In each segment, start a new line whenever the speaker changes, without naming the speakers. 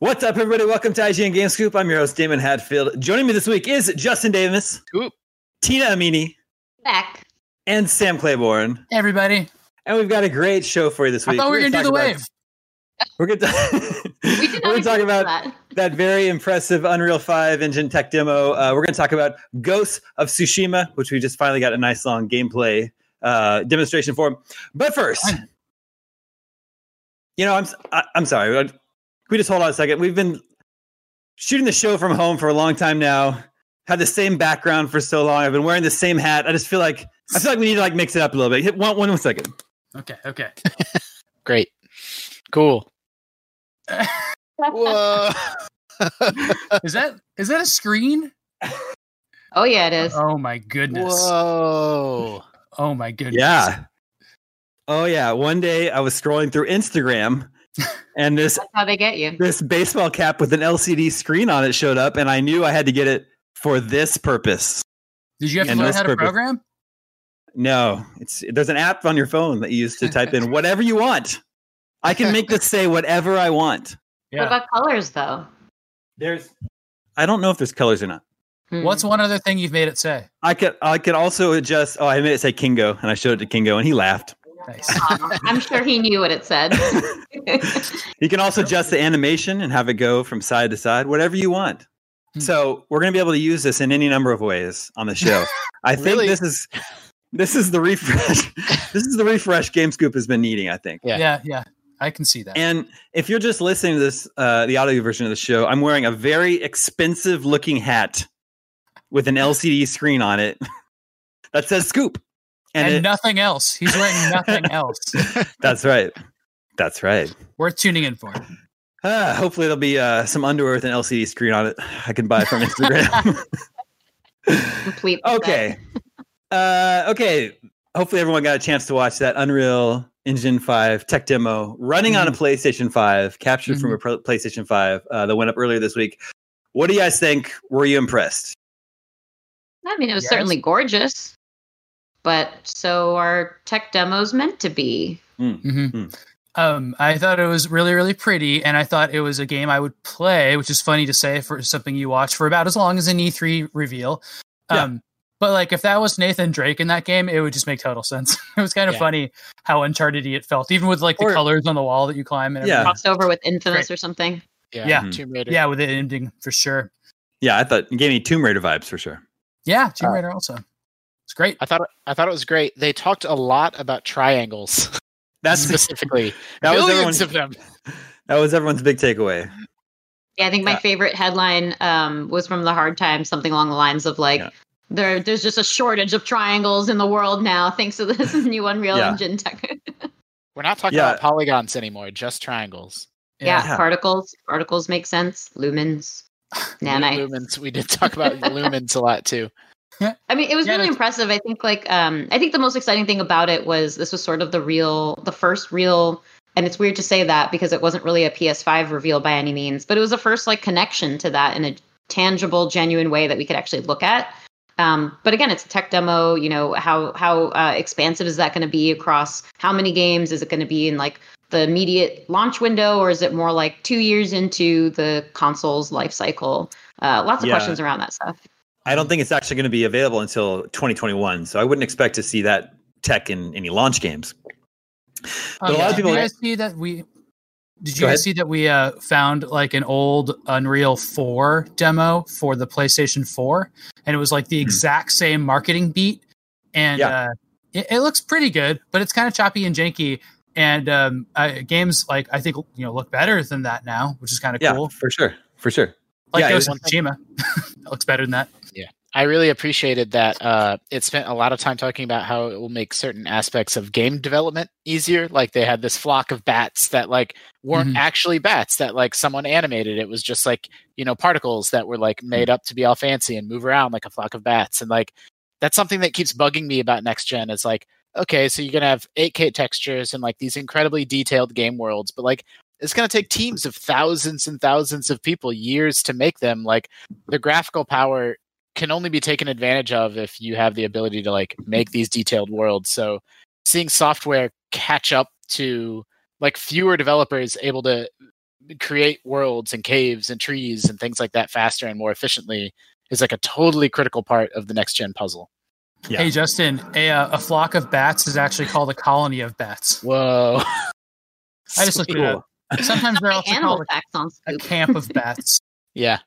What's up, everybody? Welcome to IGN Game Scoop. I'm your host, Damon Hadfield. Joining me this week is Justin Davis,
Scoop.
Tina Amini,
back.
and Sam Claiborne.
Hey, everybody.
And we've got a great show for you this
I
week.
thought we were going to do the
talk
wave.
about- We're going to
We
we're
did not
gonna talk
agree
about
that.
that very impressive Unreal 5 engine tech demo. Uh, we're going to talk about Ghosts of Tsushima, which we just finally got a nice long gameplay uh, demonstration for. But first, you know, I'm s- I, am i am sorry. Can we just hold on a second? We've been shooting the show from home for a long time now. Had the same background for so long. I've been wearing the same hat. I just feel like I feel like we need to like mix it up a little bit. Hit one one second.
Okay, okay.
Great. Cool. Whoa.
Is that is that a screen?
Oh yeah, it is.
Oh my goodness.
Whoa.
Oh my goodness.
Yeah. Oh yeah. One day I was scrolling through Instagram, and this
That's how they get you.
this baseball cap with an LCD screen on it showed up, and I knew I had to get it for this purpose.
Did you have to
And
learn
this
how to
purpose.
program?
No, it's there's an app on your phone that you use to type in whatever you want. I can make this say whatever I want.
What about colors though?
There's I don't know if there's colors or not.
Hmm.
What's one other thing you've made it say?
I could I could also adjust oh I made it say Kingo and I showed it to Kingo and he laughed.
Nice.
Aw, I'm sure he knew what it said.
You can also adjust the animation and have it go from side to side, whatever you want.
Hmm.
So we're gonna be able to use this in any number of ways on the show. I think
Really?
this is this is the refresh. this is the refresh Game Scoop has been needing, I think.
Yeah.
Yeah, yeah. I can see that.
And if you're just listening to this, uh, the audio version of the show, I'm wearing a very expensive looking hat with an LCD screen on it that says Scoop.
And,
And, it-
nothing else. He's wearing nothing else.
that's right. That's right.
Worth tuning in for.
Ah, hopefully, there'll be uh, some underwear with an LCD screen on it I can buy from Instagram.
Complete. the
okay. Uh, okay. Hopefully, everyone got a chance to watch that Unreal Engine 5 tech demo running
Mm-hmm.
on a PlayStation 5, captured from a pro- PlayStation 5 uh, that went up earlier this week. What do you guys think? Were you impressed?
set. I mean, it was
Yes.
certainly gorgeous, but so are tech demos meant to be?
Mhm.
Mm.
Um, I thought it was really, really pretty, and I thought it was a game I would play, which is funny to say for something you watch for about as long as an E3 reveal.
Yeah.
Um, but like if that was Nathan Drake in that game, it would just make total sense. it was kind of
Yeah.
funny how uncharted it felt, even with like the
Or-
colors on the wall that you climb and
Yeah.
everything.
Crossed over with Infamous or something.
Yeah.
Yeah.
Tomb Raider.
yeah, with the ending for sure.
Yeah, I thought it gave me Tomb Raider vibes for sure.
Yeah, Tomb
Uh,
Raider also. It's great.
I thought I thought it was great. They talked a lot about triangles
That's
specifically.
That was everyone's-
Millions of them.
that was everyone's big takeaway.
Yeah, I think my
Yeah.
favorite headline um, was from the Hard Times, something along the lines of like,
Yeah.
"There, there's just a shortage of triangles in the world now, thanks to this new Unreal
Yeah.
Engine tech."
We're not talking
Yeah.
about polygons anymore, just triangles.
yeah.
Yeah.
particles. Particles make sense. Lumens, nanite.
Lumens. We did talk about lumens a lot too.
I mean, it was
Yeah,
really
it's-
impressive. I think like um, I think the most exciting thing about it was this was sort of the real, the first real, and it's weird to say that because it wasn't really a PS5 reveal by any means, but it was the first like connection to that in a tangible, genuine way that we could actually look at. Um, but again, it's a tech demo. You know how how uh, expansive is that going to be across how many games is it going to be in like the immediate launch window, or is it more like two years into the console's life cycle? Uh, lots of
Yeah.
questions around that stuff.
I don't think it's actually going to be available until 2021, so I wouldn't expect to see that tech in any launch games.
Um,
But a lot of
did
people-
you guys see that we did you
Go ahead.
guys see that we uh, found like an old Unreal 4 demo for the PlayStation 4 and it was like the exact same marketing beat
Hmm.
and
Yeah.
uh, it, it looks pretty good but it's kind of choppy and janky and um, uh, games like I think you know look better than that now which is kind of
Yeah,
cool
for sure, for sure.
like
yeah, it
Ghost
was-
of Tsushima It looks better than that
I really appreciated that uh, it spent a lot of time talking about how it will make certain aspects of game development easier. Like they had this flock of bats that like weren't
Mhm.
actually bats that like someone animated. It was just like you know particles that were like made up to be all fancy and move around like a flock of bats. And like that's something that keeps bugging me about next gen. Is like okay, so you're gonna have 8K textures and like these incredibly detailed game worlds, but like it's gonna take teams of thousands and thousands of people years to make them. Like the graphical power can only be taken advantage of if you have the ability to like make these detailed worlds. So seeing software catch up to like fewer developers able to create worlds and caves and trees and things like that faster and more efficiently is like a totally critical part of the next gen puzzle.
Yeah.
Hey, Justin, a, uh, a flock of bats is actually called a colony of bats.
Whoa.
I just looked it up. Sometimes they're
My
also
animal
called
facts on
a
Scoop.
camp of bats.
Yeah.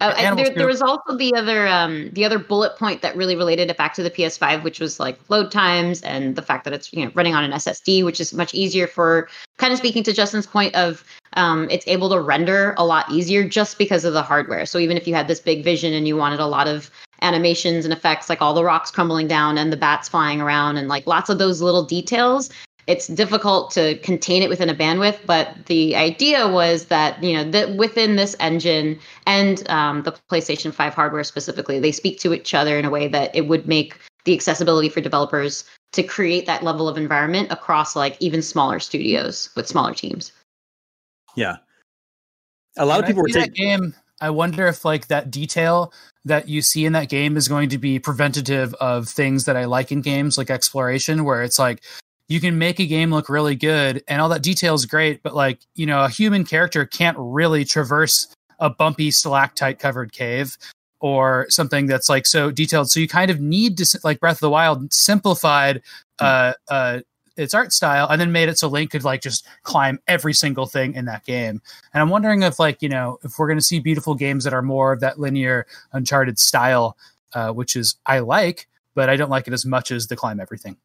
Oh,
The
and
animal
there, there
scoop.
was also the other um, the other bullet point that really related it back to the PS5, which was like load times and the fact that it's you know running on an SSD, which is much easier for kind of speaking to Justin's point of um, it's able to render a lot easier just because of the hardware. So even if you had this big vision and you wanted a lot of animations and effects, like all the rocks crumbling down and the bats flying around and like lots of those little details, it's difficult to contain it within a bandwidth but the idea was that you know that within this engine and um, the playstation 5 hardware specifically they speak to each other in a way that it would make the accessibility for developers to create that level of environment across like even smaller studios with smaller teams
Yeah. A lot of people were
When I see
taking
that game. I wonder if like that detail that you see in that game is going to be preventative of things that I like in games like exploration, where it's like you can make a game look really good and all that detail is great, but like you know a human character can't really traverse a bumpy stalactite covered cave or something that's like so detailed. So you kind of need to s- like Breath of the Wild simplified
Hmm.
uh, uh, its art style and then made it so Link could like just climb every single thing in that game. And I'm wondering if, like, you know, if we're going to see beautiful games that are more of that linear Uncharted style, uh, which is I like, but I don't like it as much as the climb everything.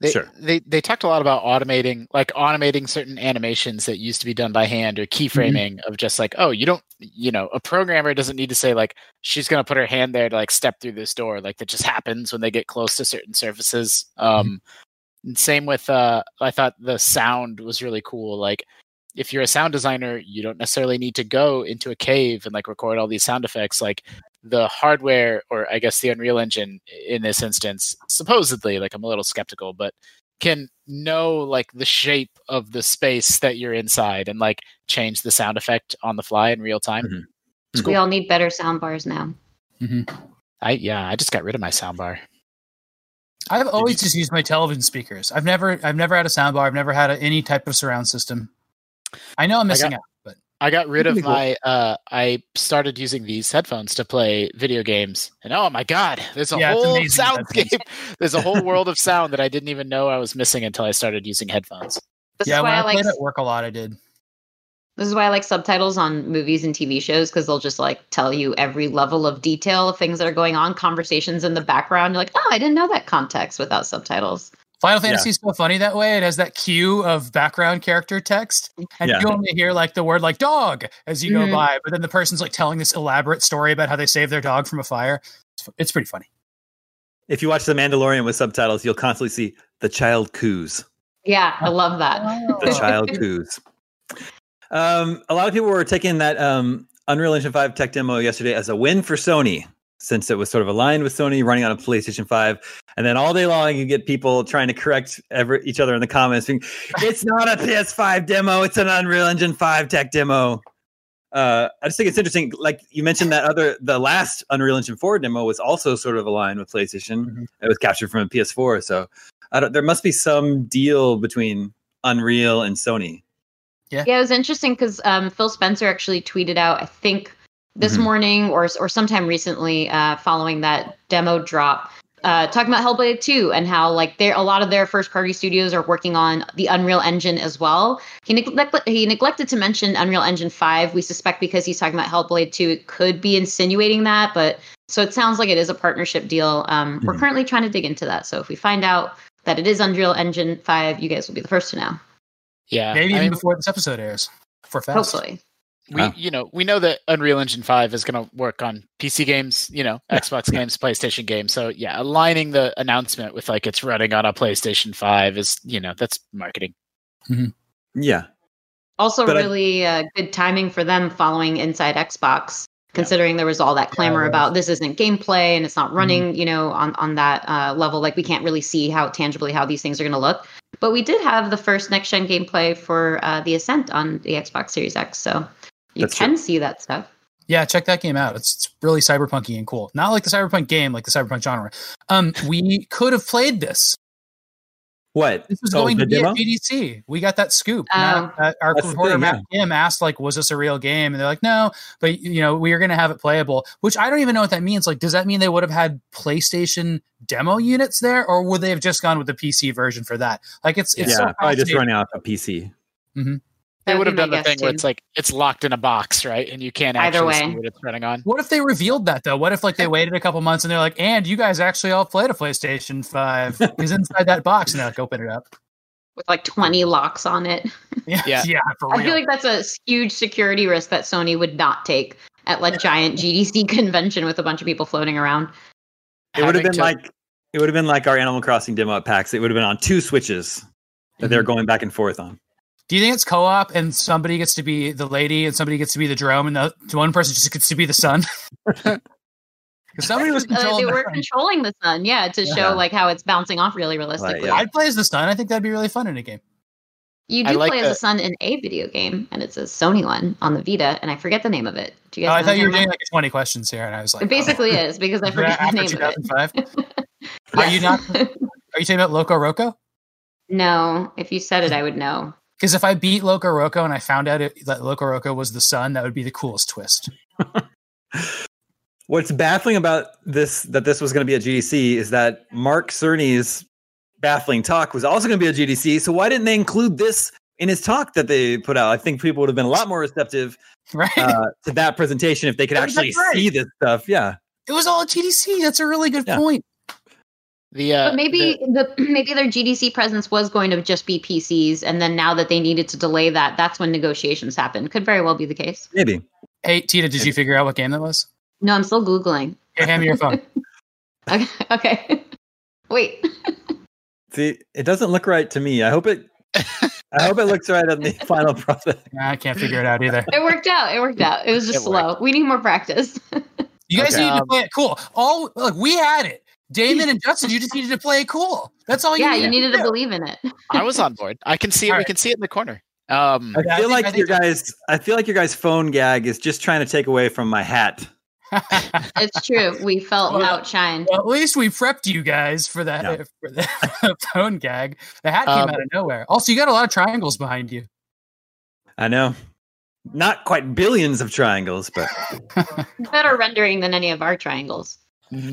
They,
Sure.
they they talked a lot about automating like automating certain animations that used to be done by hand or keyframing of just like oh you don't you know a programmer doesn't need to say like she's going to put her hand there to like step through this door like that just happens when they get close to certain surfaces um and same with uh I thought the sound was really cool like if you're a sound designer you don't necessarily need to go into a cave and like record all these sound effects like the hardware or i guess the unreal engine in this instance supposedly like i'm a little skeptical but can know like the shape of the space that you're inside and like change the sound effect on the fly in real time
Mhm.
It's
Hmm.
Mhm.
we
cool.
all need better sound bars now
Mm-hmm.
i yeah i just got rid of my soundbar
I've always just used my television speakers. I've never, I've never had a soundbar. I've never had a, any type of surround system. I know I'm
I
missing
got-
out.
i got rid of
Pretty cool.
my uh i started using these headphones to play video games and oh my god there's a
Yeah, it's
whole
amazing headphones.
soundscape there's a whole world of sound that i didn't even know i was missing until i started using headphones
this
yeah,
is
when
why
I,
i like
played at work a lot, I did.
This is why I like subtitles on movies and TV shows because they'll just like tell you every level of detail of things that are going on, conversations in the background. You're like, oh, I didn't know that context without subtitles.
Final Fantasy is so funny that way. It has that cue of background character text, and
Yeah.
you only hear like the word like dog as you
Mhm.
go by, but then the person's like telling this elaborate story about how they saved their dog from a fire. It's, it's pretty funny.
if you watch The Mandalorian with subtitles, you'll constantly see the child coos.
Yeah, I love that.
The
Oh.
child coos. Um, a lot of people were taking that um, Unreal Engine 5 tech demo yesterday as a win for Sony, since it was sort of aligned with Sony running on a PlayStation 5. And then all day long, you get people trying to correct every, each other in the comments. Being, it's not a PS5 demo, it's an Unreal Engine 5 tech demo. Uh, I just think it's interesting. Like you mentioned, that other, the last Unreal Engine 4 demo was also sort of aligned with PlayStation.
Mhm.
It was captured from a PS4. So I don't, there must be some deal between Unreal and Sony.
Yeah, it was interesting because um, Phil Spencer actually tweeted out, I think this
Mhm.
morning or or sometime recently, uh, following that demo drop, uh, talking about Hellblade 2 and how like there a lot of their first party studios are working on the Unreal Engine as well. He neglect- he neglected to mention Unreal Engine 5. We suspect because he's talking about Hellblade 2, it could be insinuating that, but so it sounds like it is a partnership deal. Um, We're
Mhm.
currently trying to dig into that. So if we find out that it is Unreal Engine 5, you guys will be the first to know.
yeah
Maybe
I
even
mean-
before this episode airs. For fast.
Hopefully.
we
Wow.
you know we know that unreal engine 5 is going to work on pc games you know
Yeah.
xbox games playstation games so yeah aligning the announcement with like it's running on a playstation 5 is you know that's marketing
Yeah.
Also,
But I-
really uh, good timing for them following Inside Xbox, considering there was all that clamor
Yeah, it was.
about this isn't gameplay and it's not running, you know, on on that uh, level. Like we can't really see how tangibly how these things are going to look. But we did have the first next gen gameplay for uh, the Ascent on the Xbox Series X, so you
That's
can
true.
see that stuff.
Yeah, check that game out. It's, it's really cyberpunky and cool. Not like the cyberpunk game, like the cyberpunk genre. Um, we could have played this.
What?
This was
Oh,
going
the
to be
demo?
at GDC. We got that scoop.
Oh.
Matt, uh, our
That's the
reporter
thing,
Matt Kim asked, like, was this a real game? And they're like, no, but you know, we are going to have it playable. Which I don't even know what that means. Like, does that mean they would have had PlayStation demo units there, or would they have just gone with the PC version for that? Like, it's it's
yeah,
so
probably just
fascinating.
running off a PC.
They
That
would
would
have
be my
done the
guess,
thing where
too.
it's like it's locked in a box, right? And you can't
Either
actually
way.
see what it's running on.
What if they revealed that though? What if like they waited a couple months and they're like, and you guys actually all played a PlayStation Five because inside that box and they're like, open it up.
with like 20 locks on it.
Yeah,
Yeah.
Oh, yeah, for real.
I feel like that's a huge security risk that Sony would not take at like giant GDC convention with a bunch of people floating around.
It would have
Having
been
to-
like it would have been like our Animal Crossing demo at PAX. It would have been on two switches that
Mhm.
they're going back and forth on.
Do you think it's co-op and somebody gets to be the lady and somebody gets to be the drone and the one person just gets to be the sun? Because somebody was
Uh, they
controlling. the
were
sun.
controlling the sun, yeah, to
Yeah.
show like how it's bouncing off really realistically.
yeah.
I'd play as the sun. I think that'd be really fun in a game.
You
I
do
like
play
the-
as a sun in a video game, and it's a Sony one on the Vita, and I forget the name of it. Do you
Oh,
guys
I
know
thought
the
you were
name
doing
of
like twenty questions here, and I was like,
it? It basically is because I
oh. Yeah,
forget the
after
name of it.
2005. Are you not? Are you talking about Loco Roco?
no, if you said it, I would know.
Because if I beat Loco Roco and I found out it, that Loco Roco was the sun, that would be the coolest twist.
What's baffling about this that this was going to be at GDC is that Mark Cerny's baffling talk was also going to be at GDC. So why didn't they include this in his talk that they put out? I think people would have been a lot more receptive
Right?
uh, to that presentation if they could
Oh, that's
actually
right.
see this stuff. Yeah,
it was all at GDC. That's a really good
Yeah.
point.
the uh,
But maybe the, maybe their GDC presence was going to just be PCs, and then now that they needed to delay that, that's when negotiations happened. Could very well be the case.
maybe.
Hey, Tita, did you figure out what game that was?
No, I'm still googling.
Here, hand me your phone.
Okay, okay. Wait,
See, it doesn't look right to me. I hope it. I hope it looks right on the final product.
Nah, I can't figure it out either.
it worked out. It worked out. It was just
It
slow.
worked.
We need more practice.
You guys
Okay.
needed to
Um,
play it cool. All look, we had it. Damon and Justin, you just needed to play it cool. That's all you
yeah,
needed.
you needed to
do.
believe in it.
I was on board. I can see it.
All
We
right.
can see it in the corner. Um,
I
Yeah,
feel
I think- I
like
think
your guys. I feel like your guys' phone gag is just trying to take away from my hat.
It's true. We felt
Well,
outshined.
Well, at least we prepped you guys for that
Yeah.
for the phone gag. The hat came
Um,
out of nowhere. Also, you got a lot of triangles behind you.
I know, not quite billions of triangles, but
Better rendering than any of our triangles.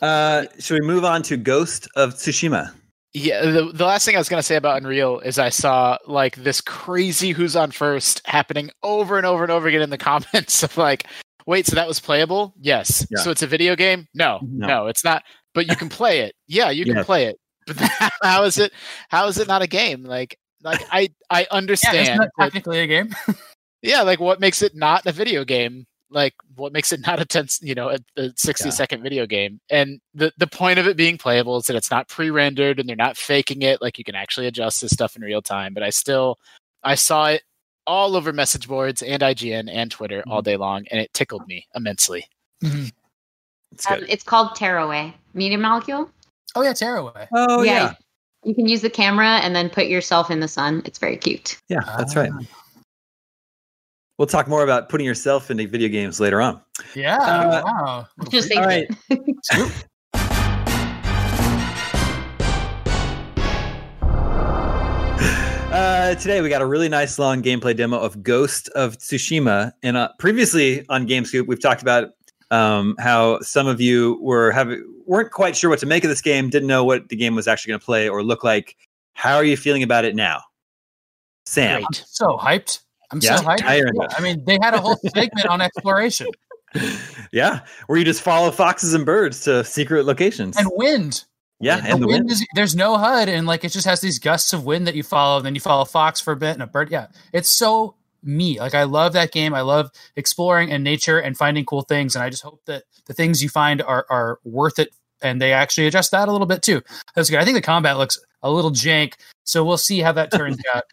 Uh, should we move on to Ghost of Tsushima?
Yeah, the, the last thing I was gonna say about Unreal is I saw like this crazy who's on first happening over and over and over again in the comments of like, wait, so that was playable? Yes.
Yeah.
So it's a video game? No,
No.
no, it's not. But you can play it. Yeah, you can
Yes.
play it. But how is it? How is it not a game? Like, like I I
Yeah,
understand.
isn't that
that-
technically a game?
yeah, like what makes it not a video game? Like what makes it not a tense, you know, a, a sixty
Yeah.
second video game? And the the point of it being playable is that it's not pre rendered and they're not faking it. Like you can actually adjust this stuff in real time. But I still, I saw it all over message boards and IGN and Twitter all day long, and it tickled me immensely.
It's
Um,
good.
it's called Tearaway. Media molecule?
Oh yeah, tearaway.
oh yeah. yeah,
You can use the camera and then put yourself in the sun. It's very cute.
that's right.
Ah.
We'll talk more about putting yourself into video games later on.
Yeah.
Uh,
wow.
Just
All
Thank
right. Uh, today we got a really nice long gameplay demo of Ghost of Tsushima, and uh, previously on GameScoop we've talked about um, how some of you were having weren't quite sure what to make of this game, didn't know what the game was actually going to play or look like. How are you feeling about it now, Sam?
Great.
so hyped. I'm
Yeah,
so hyped.
tired of
Yeah, I mean, they had a whole segment on exploration
yeah, where you just follow foxes and birds to secret locations.
and wind.
yeah,
The
and the wind.
Is, there's no HUD, and like it just has these gusts of wind that you follow, and then you follow a fox for a bit and a bird. Yeah, it's so me. Like I love that game. I love exploring and nature and finding cool things, and I just hope that the things you find are are worth it, and they actually adjust that a little bit too. That's good. I think the combat looks a little jank, so we'll see how that turns out.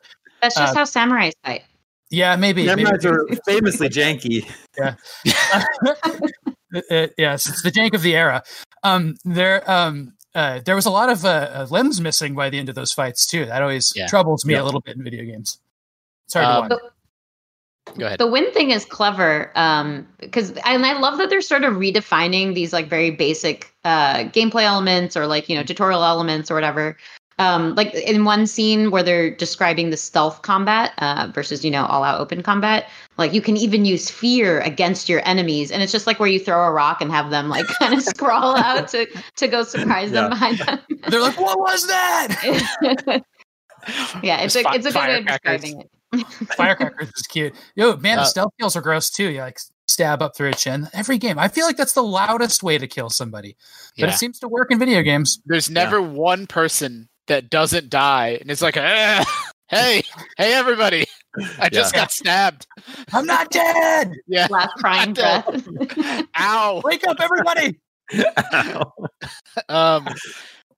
That's just
Uh,
how samurais fight.
Yeah, maybe. maybe.
Memories are famously janky.
Uh, yes, it's the jank of the era. Um, there, um, uh, there was a lot of uh, uh, limbs missing by the end of those fights too. That always
Yeah.
troubles me
Yeah.
a little bit in video games. It's hard
Um,
to watch.
But
Go ahead.
the wind thing is clever um because and i love that they're sort of redefining these like very basic uh gameplay elements or like you know tutorial elements or whatever um, like in one scene where they're describing the stealth combat uh, versus you know all out open combat like you can even use fear against your enemies and it's just like where you throw a rock and have them like kind of scrawl out to to go surprise them
Yeah.
behind them
They're like, what was that?
yeah it's
There's
a
fi-
it's a good way of
firecrackers.
describing it
Firecrackers is cute. Yo, man,
Uh,
the stealth kills are gross too. You like stab up through a chin. Every game, I feel like that's the loudest way to kill somebody, but
Yeah.
it seems to work in video games.
There's never one person that doesn't die and it's like, "Ah, hey, hey, everybody, I just got stabbed.
I'm not dead.
last crying
Goddamn.
breath
Ow.
Wake up, everybody.
Um,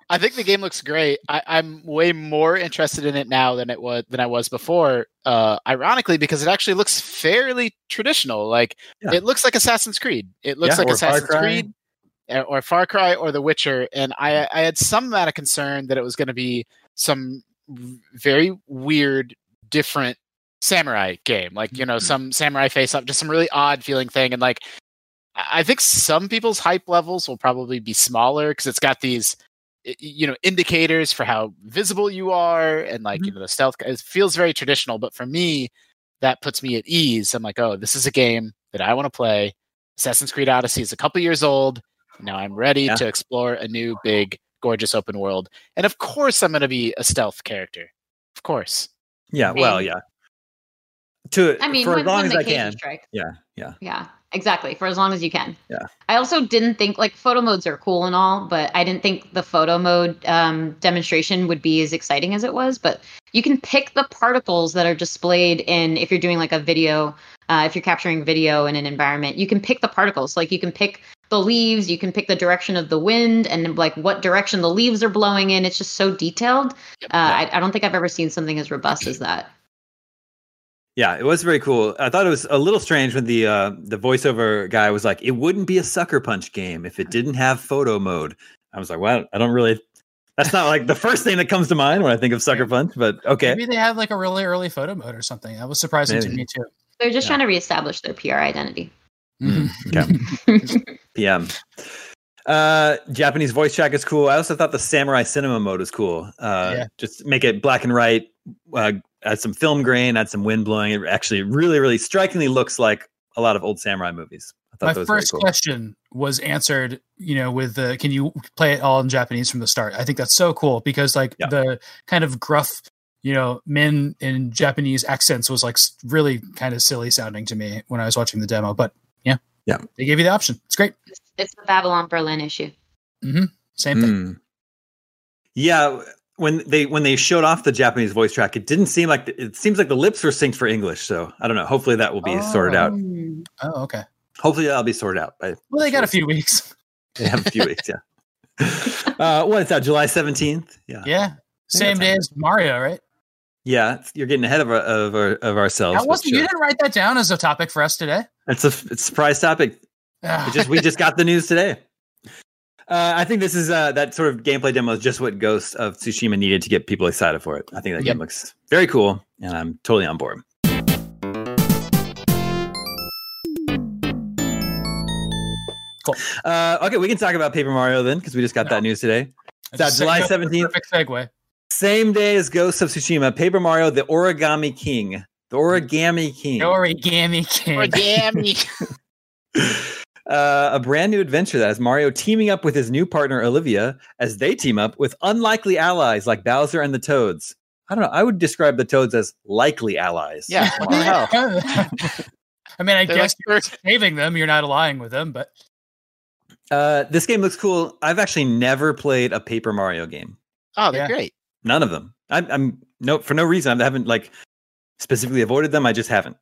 I think the game looks great. I, I'm way more interested in it now than it was than I was before. Uh, ironically, because it actually looks fairly traditional. Like
Yeah.
it looks like Assassin's Creed. It looks
Yeah,
like
or Far
Assassin's
Cry.
Creed or, or Far Cry or The Witcher. And I, I had some amount of concern that it was going to be some very weird, different samurai game. Like you know,
Mhm.
some samurai face up, just some really odd feeling thing. And like I I think some people's hype levels will probably be smaller because it's got these, i- you know, indicators for how visible you are, and like you know the stealth. It feels very traditional, but for me, that puts me at ease. I'm like, oh, this is a game that I want to play. Assassin's Creed Odyssey is a couple years old. Now I'm ready
Yeah.
to explore a new, big, gorgeous open world, and of course, I'm going to be a stealth character. Of course,
yeah, well, yeah. To
i mean
for
when,
as long
when
as
the
I
cage
can.
is strike
Yeah, yeah.
yeah exactly for as long as you can
Yeah.
i also didn't think like photo modes are cool and all but i didn't think the photo mode um, demonstration would be as exciting as it was but you can pick the particles that are displayed in if you're doing like a video uh, if you're capturing video in an environment you can pick the particles like you can pick the leaves you can pick the direction of the wind and like what direction the leaves are blowing in it's just so detailed uh, I, I don't think i've ever seen something as robust as that
Yeah, it was very cool. I thought it was a little strange when the uh, the voiceover guy was like, "It wouldn't be a sucker punch game if it didn't have photo mode." I was like, "Well, I don't really." That's not like the first thing that comes to mind when I think of sucker punch, but okay.
Maybe they had like a really early photo mode or something. That was surprising to
Maybe.
me too.
they're just
Yeah.
trying to reestablish their pr identity
Mm,
Mm-hmm.
okay. PM. Uh, Japanese voice track is cool. I also thought the samurai cinema mode was cool. Uh,
Yeah.
just make it black and white. Uh, add some film grain, add some wind blowing. It actually really, really strikingly looks like a lot of old samurai movies. I thought
My
that was
first
very cool.
question was answered, you know, with the can you play it all in Japanese from the start? I think that's so cool because like
Yeah.
the kind of gruff, you know, men in Japanese accents was like s- really kind of silly sounding to me when I was watching the demo, but yeah.
Yeah.
They gave you the option. It's great.
It's, it's the Babylon Berlin issue.
Same thing.
Mm. Yeah, when they when they showed off the Japanese voice track, it didn't seem like it seems like the lips were synced for English. So I don't know. Hopefully that will be sorted
Oh.
out.
Hmm.
Oh, okay.
Hopefully that'll be sorted out. by
Well, they got a few weeks.
They have a few weeks, yeah. Uh, what is that? July seventeenth? Yeah,
Yeah. Same
that's
day as Mario, right?
yeah. it's- You're getting ahead of our, of, our, of ourselves.
That
but
wasn't, You
sure.
didn't write that down as a topic for us today.
It's a it's a surprise topic.
Ah,
It just we just got the news today. Uh, I think this is uh, that sort of gameplay demo is just what Ghost of Tsushima needed to get people excited for it. I think that
Yep.
game looks very cool, and I'm totally on board.
Cool.
Uh, okay, we can talk about Paper Mario then, because we just got that news today.
I
that
just
uh, July
segued up with a
17th?
Perfect segue.
Same day as Ghost of Tsushima, Paper Mario, the Origami King, the Origami King,
Origami King.
or damn, you-
uh, a brand new adventure that has Mario teaming up with his new partner Olivia as they team up with unlikely allies like Bowser and the Toads. I don't know. I would describe the Toads as likely allies.
yeah. What the hell?
I mean, I
They're
guess
like third-
you're saving them. You're not allying with them, but
Uh, this game looks cool. I've actually never played a Paper Mario game.
Oh, they're
Yeah.
great.
None of them. I'm, I'm no for no reason. I haven't like specifically avoided them. I just haven't.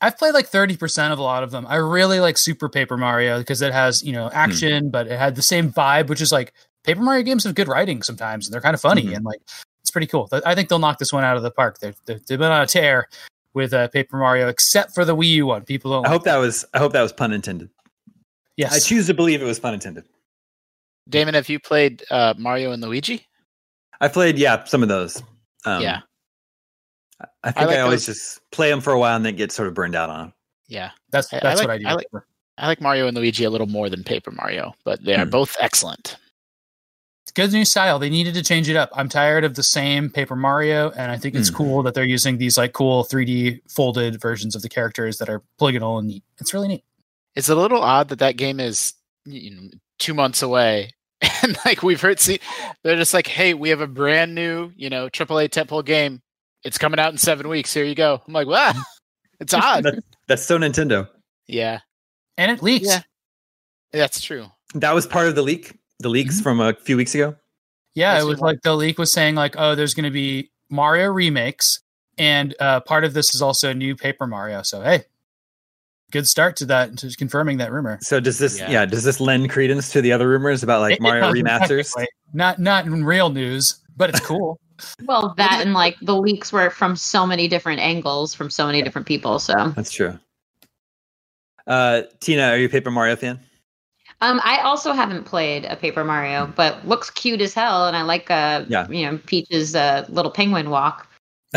I've played like 30% of a lot of them. I really like Super Paper Mario because it has, you know,
Hmm.
action, but it had the same vibe, which is like Paper Mario games have good writing sometimes and they're kind of funny
Mm-hmm.
Mhm.
and like it's pretty cool. But I think they'll knock this one out of the park. They've, they've they've been on a tear with uh, Paper Mario, except for the Wii U one. People don't
I
like
hope that was. I hope that was pun intended.
Yes.
I choose to believe it was pun intended.
Damon, have you played uh, Mario and Luigi?
I played, yeah, some of those. Um,
Yeah.
I think I,
like
always
those.
just play them for a while and then get sort of burned out on them.
Yeah.
that's
I- I
that's what I
like-
do.
I like- I like Mario and Luigi a little more than Paper Mario, but they are
Hmm.
both excellent.
good new style. They needed to change it up. I'm tired of the same Paper Mario, and I think it's
Mm.
cool that they're using these like cool 3D folded versions of the characters that are polygonal and neat. It's really neat.
It's a little odd that that game is you know, two months away, and like we've heard, see, they're just like, "Hey, we have a brand new, you know, AAA tentpole game. It's coming out in seven weeks. Here you go." I'm like, "Wow,
Hmm.
it's odd."
That- that's so Nintendo.
yeah,
And it leaks.
Yeah. that's true.
That was part of the leak. The leaks from a few weeks ago.
Yeah,
Yes,
it
we
was
want-
like the leak was saying like, oh, there's going to be Mario remakes, and uh, part of this is also a new Paper Mario. So hey, good start to that, to confirming that rumor.
So does this? Yeah.
Yeah.
does this lend credence to the other rumors about like
It- it
Mario
doesn't
remasters?
technically. Not not in real news, but it's cool.
Well, that and like the leaks were from so many different angles from so many different people. So, um,
That's true. Uh, Tina, are you a Paper Mario fan?
Um, I also haven't played a Paper Mario, but looks cute as hell, and I like uh,
Yeah.
you know, Peach's uh, little penguin walk.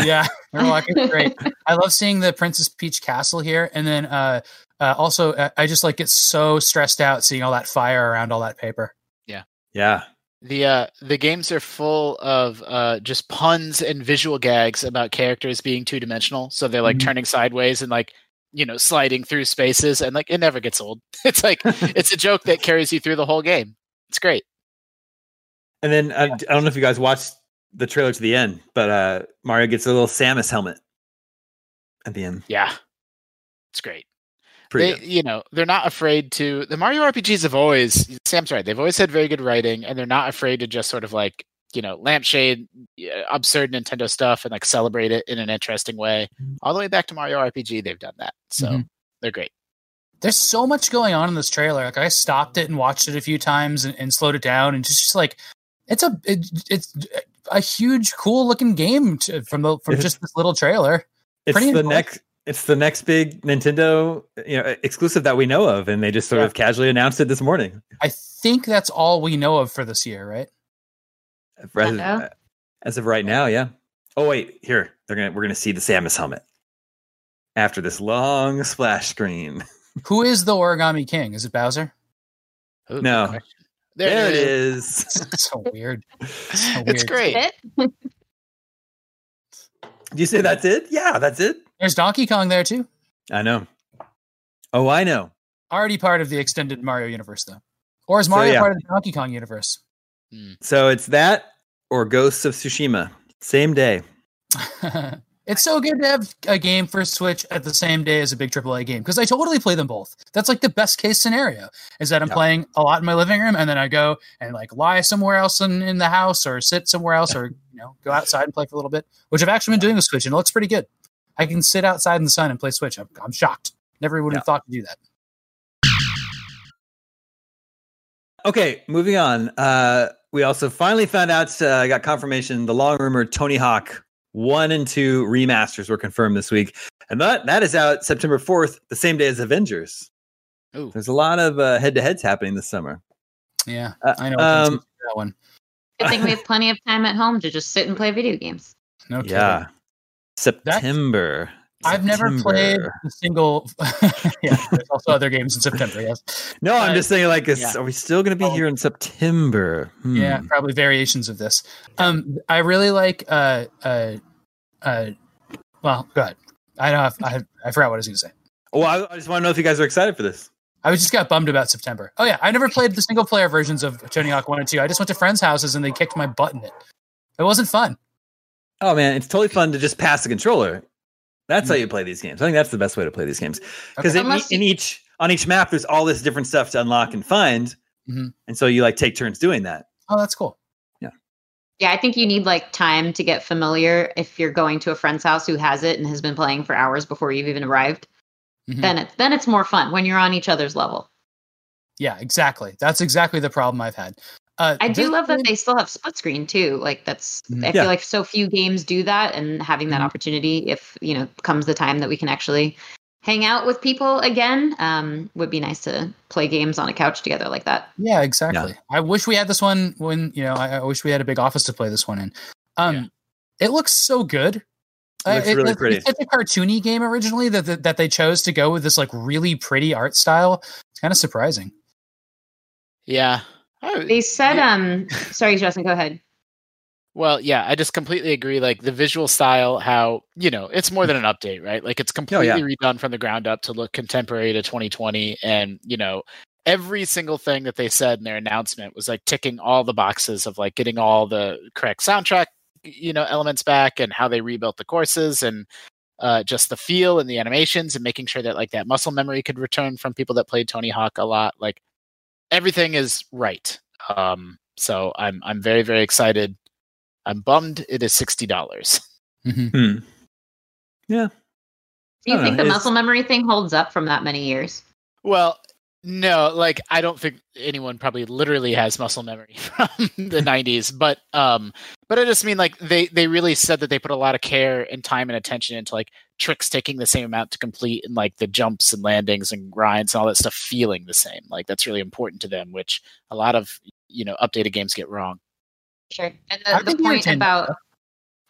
yeah, they're like, it's great. I love seeing the Princess Peach castle here, and then uh, uh, also uh, I just like get so stressed out seeing all that fire around all that paper.
Yeah.
The uh the games are full of uh just puns and visual gags about characters being two dimensional. So they're like
Mhm.
turning sideways and like you know sliding through spaces and like it never gets old. It's like it's a joke that carries you through the whole game. It's great.
And then uh, I don't know if you guys watched the trailer to the end, but uh, Mario gets a little Samus helmet at the end.
Yeah. It's great.
Pretty
they, you know, they're not afraid to. The Mario RPGs have always, Sam's right, they've always had very good writing, and they're not afraid to just sort of like, you know, lampshade yeah, absurd Nintendo stuff and like celebrate it in an interesting way. All the way back to Mario RPG, they've done that. So
Mhm.
they're great.
There's so much going on in this trailer. Like I stopped it and watched it a few times and, and slowed it down, and just, just like it's a it, it's a huge, cool looking game to, from the from
It's-
just this little trailer.
good. It's
pretty
the
involved.
next. It's the next big Nintendo you know, exclusive that we know of, and they just sort
Yeah.
of casually announced it this morning.
I think that's all we know of for this year, right?
Rather-
Nintendo?
As of right now, yeah. Oh wait, here they're gonna we're gonna see the Samus helmet after this long splash screen.
Who is the Origami King? Is it Bowser?
Ooh, good
No.
question.
There,
There,
it is.
so weird. So
It's
weird.
great.
It?
Do you say that's it? Yeah, that's it.
There's Donkey Kong there too.
I know. Oh, I know.
Already part of the extended Mario universe though. Or is
So,
Mario
yeah.
part of the Donkey Kong universe?
So it's that or Ghosts of Tsushima. Same day.
it's so good to have a game for Switch at the same day as a big AAA game because I totally play them both. That's like the best case scenario is that I'm
Yeah.
playing a lot in my living room and then I go and like lie somewhere else in, in the house or sit somewhere else or you know go outside and play for a little bit, which I've actually been doing with Switch and it looks pretty good. I can sit outside in the sun and play Switch. I'm, I'm shocked. Never would have
Yeah.
thought to do that.
Okay, moving on. Uh, we also finally found out, uh, got confirmation, the long rumored Tony Hawk 1 and 2 remasters were confirmed this week. And that, that is out September 4th, the same day as Avengers.
Ooh.
There's a lot of uh, head-to-heads happening this summer.
Yeah,
Uh,
I know
um,
um, that one.
I think we have plenty of time at home to just sit and play video games.
No kidding.
Yeah. September.
I've never played
September.
a single. yeah, there's also other games in September. Yes,
No, I'm
but-
just saying, like, is,
yeah.
are we still going to be
Oh.
here in September? Hmm.
yeah, probably variations of this. Um, I really like. Uh, uh, uh, well, go ahead. I know I've- I, I forgot what I was going to say.
Well, Oh, I, I just want to know if you guys are excited for this.
I was just got bummed about September. Oh yeah, I never played the single player versions of Tony Hawk One and Two. I just went to friends' houses and they kicked my butt in it. It wasn't fun.
Oh man, it's totally fun to just pass the controller. That's
Hmm.
how you play these games. I think that's the best way to play these games because
Okay.
in,
Unless
in each on each map there's all this different stuff to unlock and find,
Mhm.
and so you like take turns doing that.
Oh, that's cool.
Yeah, I think you need like time to get familiar if you're going to a friend's house who has it and has been playing for hours before you've even arrived.
Mhm.
Then it's then it's more fun when you're on each other's level.
Yeah, exactly. That's exactly the problem I've had. Uh,
I do
this
love that
game-
they still have split screen too. Like that's
Mhm.
I
Yeah.
feel like so few games do that and having that
Mhm.
opportunity if, you know, comes the time that we can actually hang out with people again, um, would be nice to play games on a couch together like that.
Yeah, exactly. I wish we had this one when you know. I, I wish we had a big office to play this one in. Um, it looks so good. Uh,
looks really
it's
pretty.
such a cartoony game originally that, that that they chose to go with this like really pretty art style. It's kind of surprising.
Yeah. Oh,
They said,
yeah.
um, sorry, Justin, go ahead.
Well, yeah, I just completely agree. Like the visual style, how you know it's more than an update, right? Like it's completely redone from the ground up to look contemporary to 2020, and you know every single thing that they said in their announcement was like ticking all the boxes of like getting all the correct soundtrack, you know, elements back, and how they rebuilt the courses and uh, just the feel and the animations, and making sure that like that muscle memory could return from people that played Tony Hawk a lot. Like everything is right. Um, so I'm I'm very very excited. I'm bummed it is sixty dollars.
Mhm.
Hmm.
Do you
I don't
think
know,
the
it's-
muscle memory thing holds up from that many years?
Well, no, like I don't think anyone probably literally has muscle memory from the nineties, but um but I just mean like they they really said that they put a lot of care and time and attention into like tricks taking the same amount to complete and like the jumps and landings and grinds and all that stuff feeling the same. Like that's really important to them, which a lot of you know updated games get wrong.
Sure. And
I
the,
think
the
you
point
retained
about,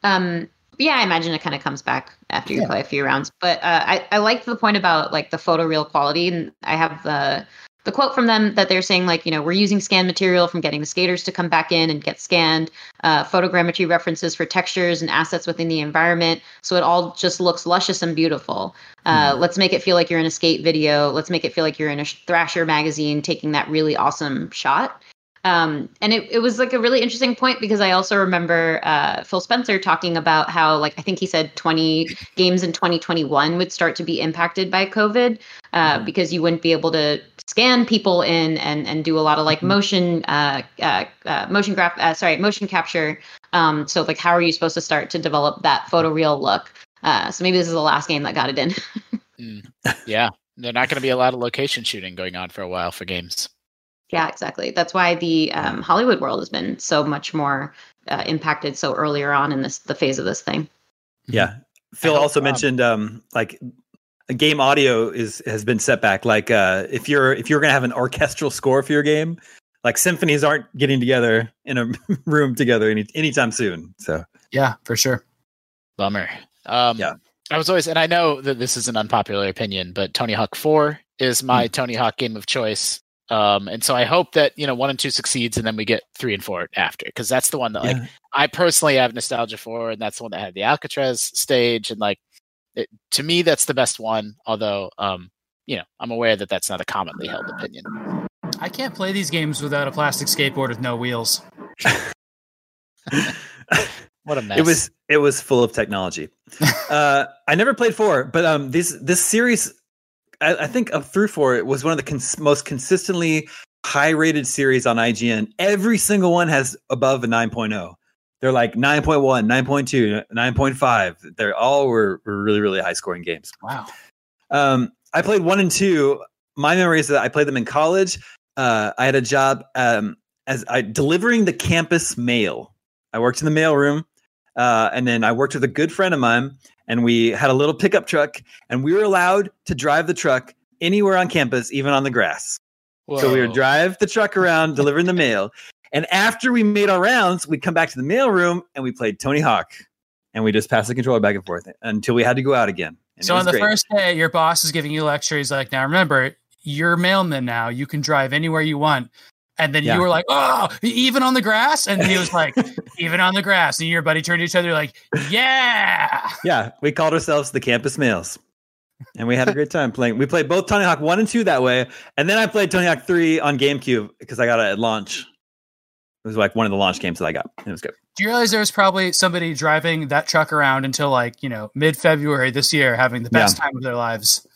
um, yeah, I imagine it kind of comes back after you
Yeah.
play a few rounds. But uh, I, I liked the point about like the photoreal quality, and I have the the quote from them that they're saying like you know we're using scan material from getting the skaters to come back in and get scanned, uh, photogrammetry references for textures and assets within the environment, so it all just looks luscious and beautiful. Uh, Let's make it feel like you're in a skate video. Let's make it feel like you're in a Thrasher magazine taking that really awesome shot um, and it, it was like a really interesting point because I also remember uh, Phil Spencer talking about how like I think he said 20 games in 2021 would start to be impacted by COVID uh,
Mhm.
because you wouldn't be able to scan people in and and do a lot of like
Mhm.
motion uh, uh, uh, motion graph uh, sorry motion capture. Um, so like how are you supposed to start to develop that photoreal look? Uh, so maybe this is the last game that got it in.
Yeah. There's not gonna be a lot of location shooting going on for a while for games.
Yeah, exactly. That's why the um, Hollywood world has been so much more uh, impacted so earlier on in this the phase of this thing.
Yeah. Phil
hope,
also
um,
mentioned um like a game audio is has been set back. Like uh if you're if you're gonna have an orchestral score for your game, like symphonies aren't getting together in a room together any anytime soon. So
Yeah, for sure.
Bummer. Um,
Yeah.
I was always, and I know that this is an unpopular opinion, but Tony Hawk 4 is
Hmm.
my Tony Hawk game of choice. Um, and so I hope that, you know, one and two succeeds and then we get three and four after, because that's the one that, like,
Yeah.
I personally have nostalgia for, and that's the one that had the Alcatraz stage. And, like, it, to me, that's the best one, although, um, you know, I'm aware that that's not a commonly held opinion.
I can't play these games without a plastic skateboard with no wheels.
What a mess.
It was it was full of technology. uh, I never played four, but um, this this series, I, I think up through four, it was one of the cons- most consistently high rated series on IGN. Every single one has above a 9.0. They're like 9.1, 9.2, 9.5. They're all were, were really really high scoring games.
Wow.
Um, I played one and two. My memory is that I played them in college. Uh, I had a job um, as I delivering the campus mail. I worked in the mail room, uh, and then I worked with a good friend of mine, and we had a little pickup truck, and we were allowed to drive the truck anywhere on campus, even on the grass. So we would
Whoa.
drive the truck around delivering the mail. And after we made our rounds, we'd come back to the mail room and we played Tony Hawk, and we just passed the controller back and forth until we had to go out again. And it
so
was
on the
great.
first day, your boss is giving you a lecture. He's like, "Now remember, you're mailman now. You can drive anywhere you want." And then
Yeah.
you were like, "Oh, even on the grass?" And he was like, "Even on the grass." And your buddy turned to each other like, "Yeah."
Yeah, we called ourselves the Campus Males. And we had a great time playing. We played both Tony Hawk 1 and 2 that way. And then I played Tony Hawk 3 on GameCube because I got it at launch. It was like one of the launch games that I got. It was good.
Do you realize there was probably somebody driving that truck around until like you know mid February this year, having the best time of their lives?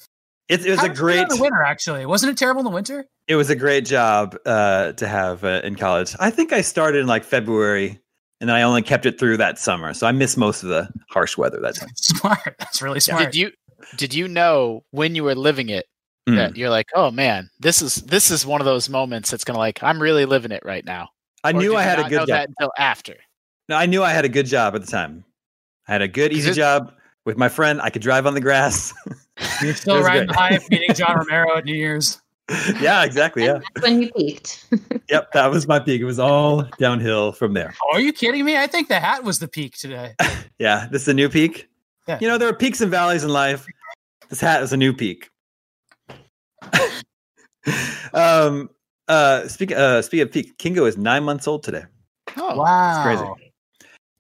It, it was
How
a
did you do it
great
in the winter. Actually, wasn't it terrible in the winter?
it was a great job uh, to have uh, in college. I think I started in like February and then I only kept it through that summer. So I missed most of the harsh weather that time.
Smart. That's really smart.
Did you did you know when you were living it
Mm.
that you're like, oh man, this is this is one of those moments that's gonna like, I'm really living it right now.
I
Or did
knew I
you
had a
not
good
know
job.
that until after.
No, I knew I had a good job at the time. I had a good,
'Cause
easy
it-
job with my friend. I could drive on the grass.
You're still
was
riding
great.
the high of meeting John Romero at New Year's.
yeah, exactly. Yeah.
And that's when you peaked.
yep, that was my peak. It was all downhill from there.
Oh, are you kidding me? I think the hat was the peak today.
Yeah, this is a new peak.
Yeah.
You know, there are peaks and valleys in life. This hat is a new peak. um, Uh, speak, uh, speaking of peak, Kingo is nine months old today.
Oh,
wow.
crazy.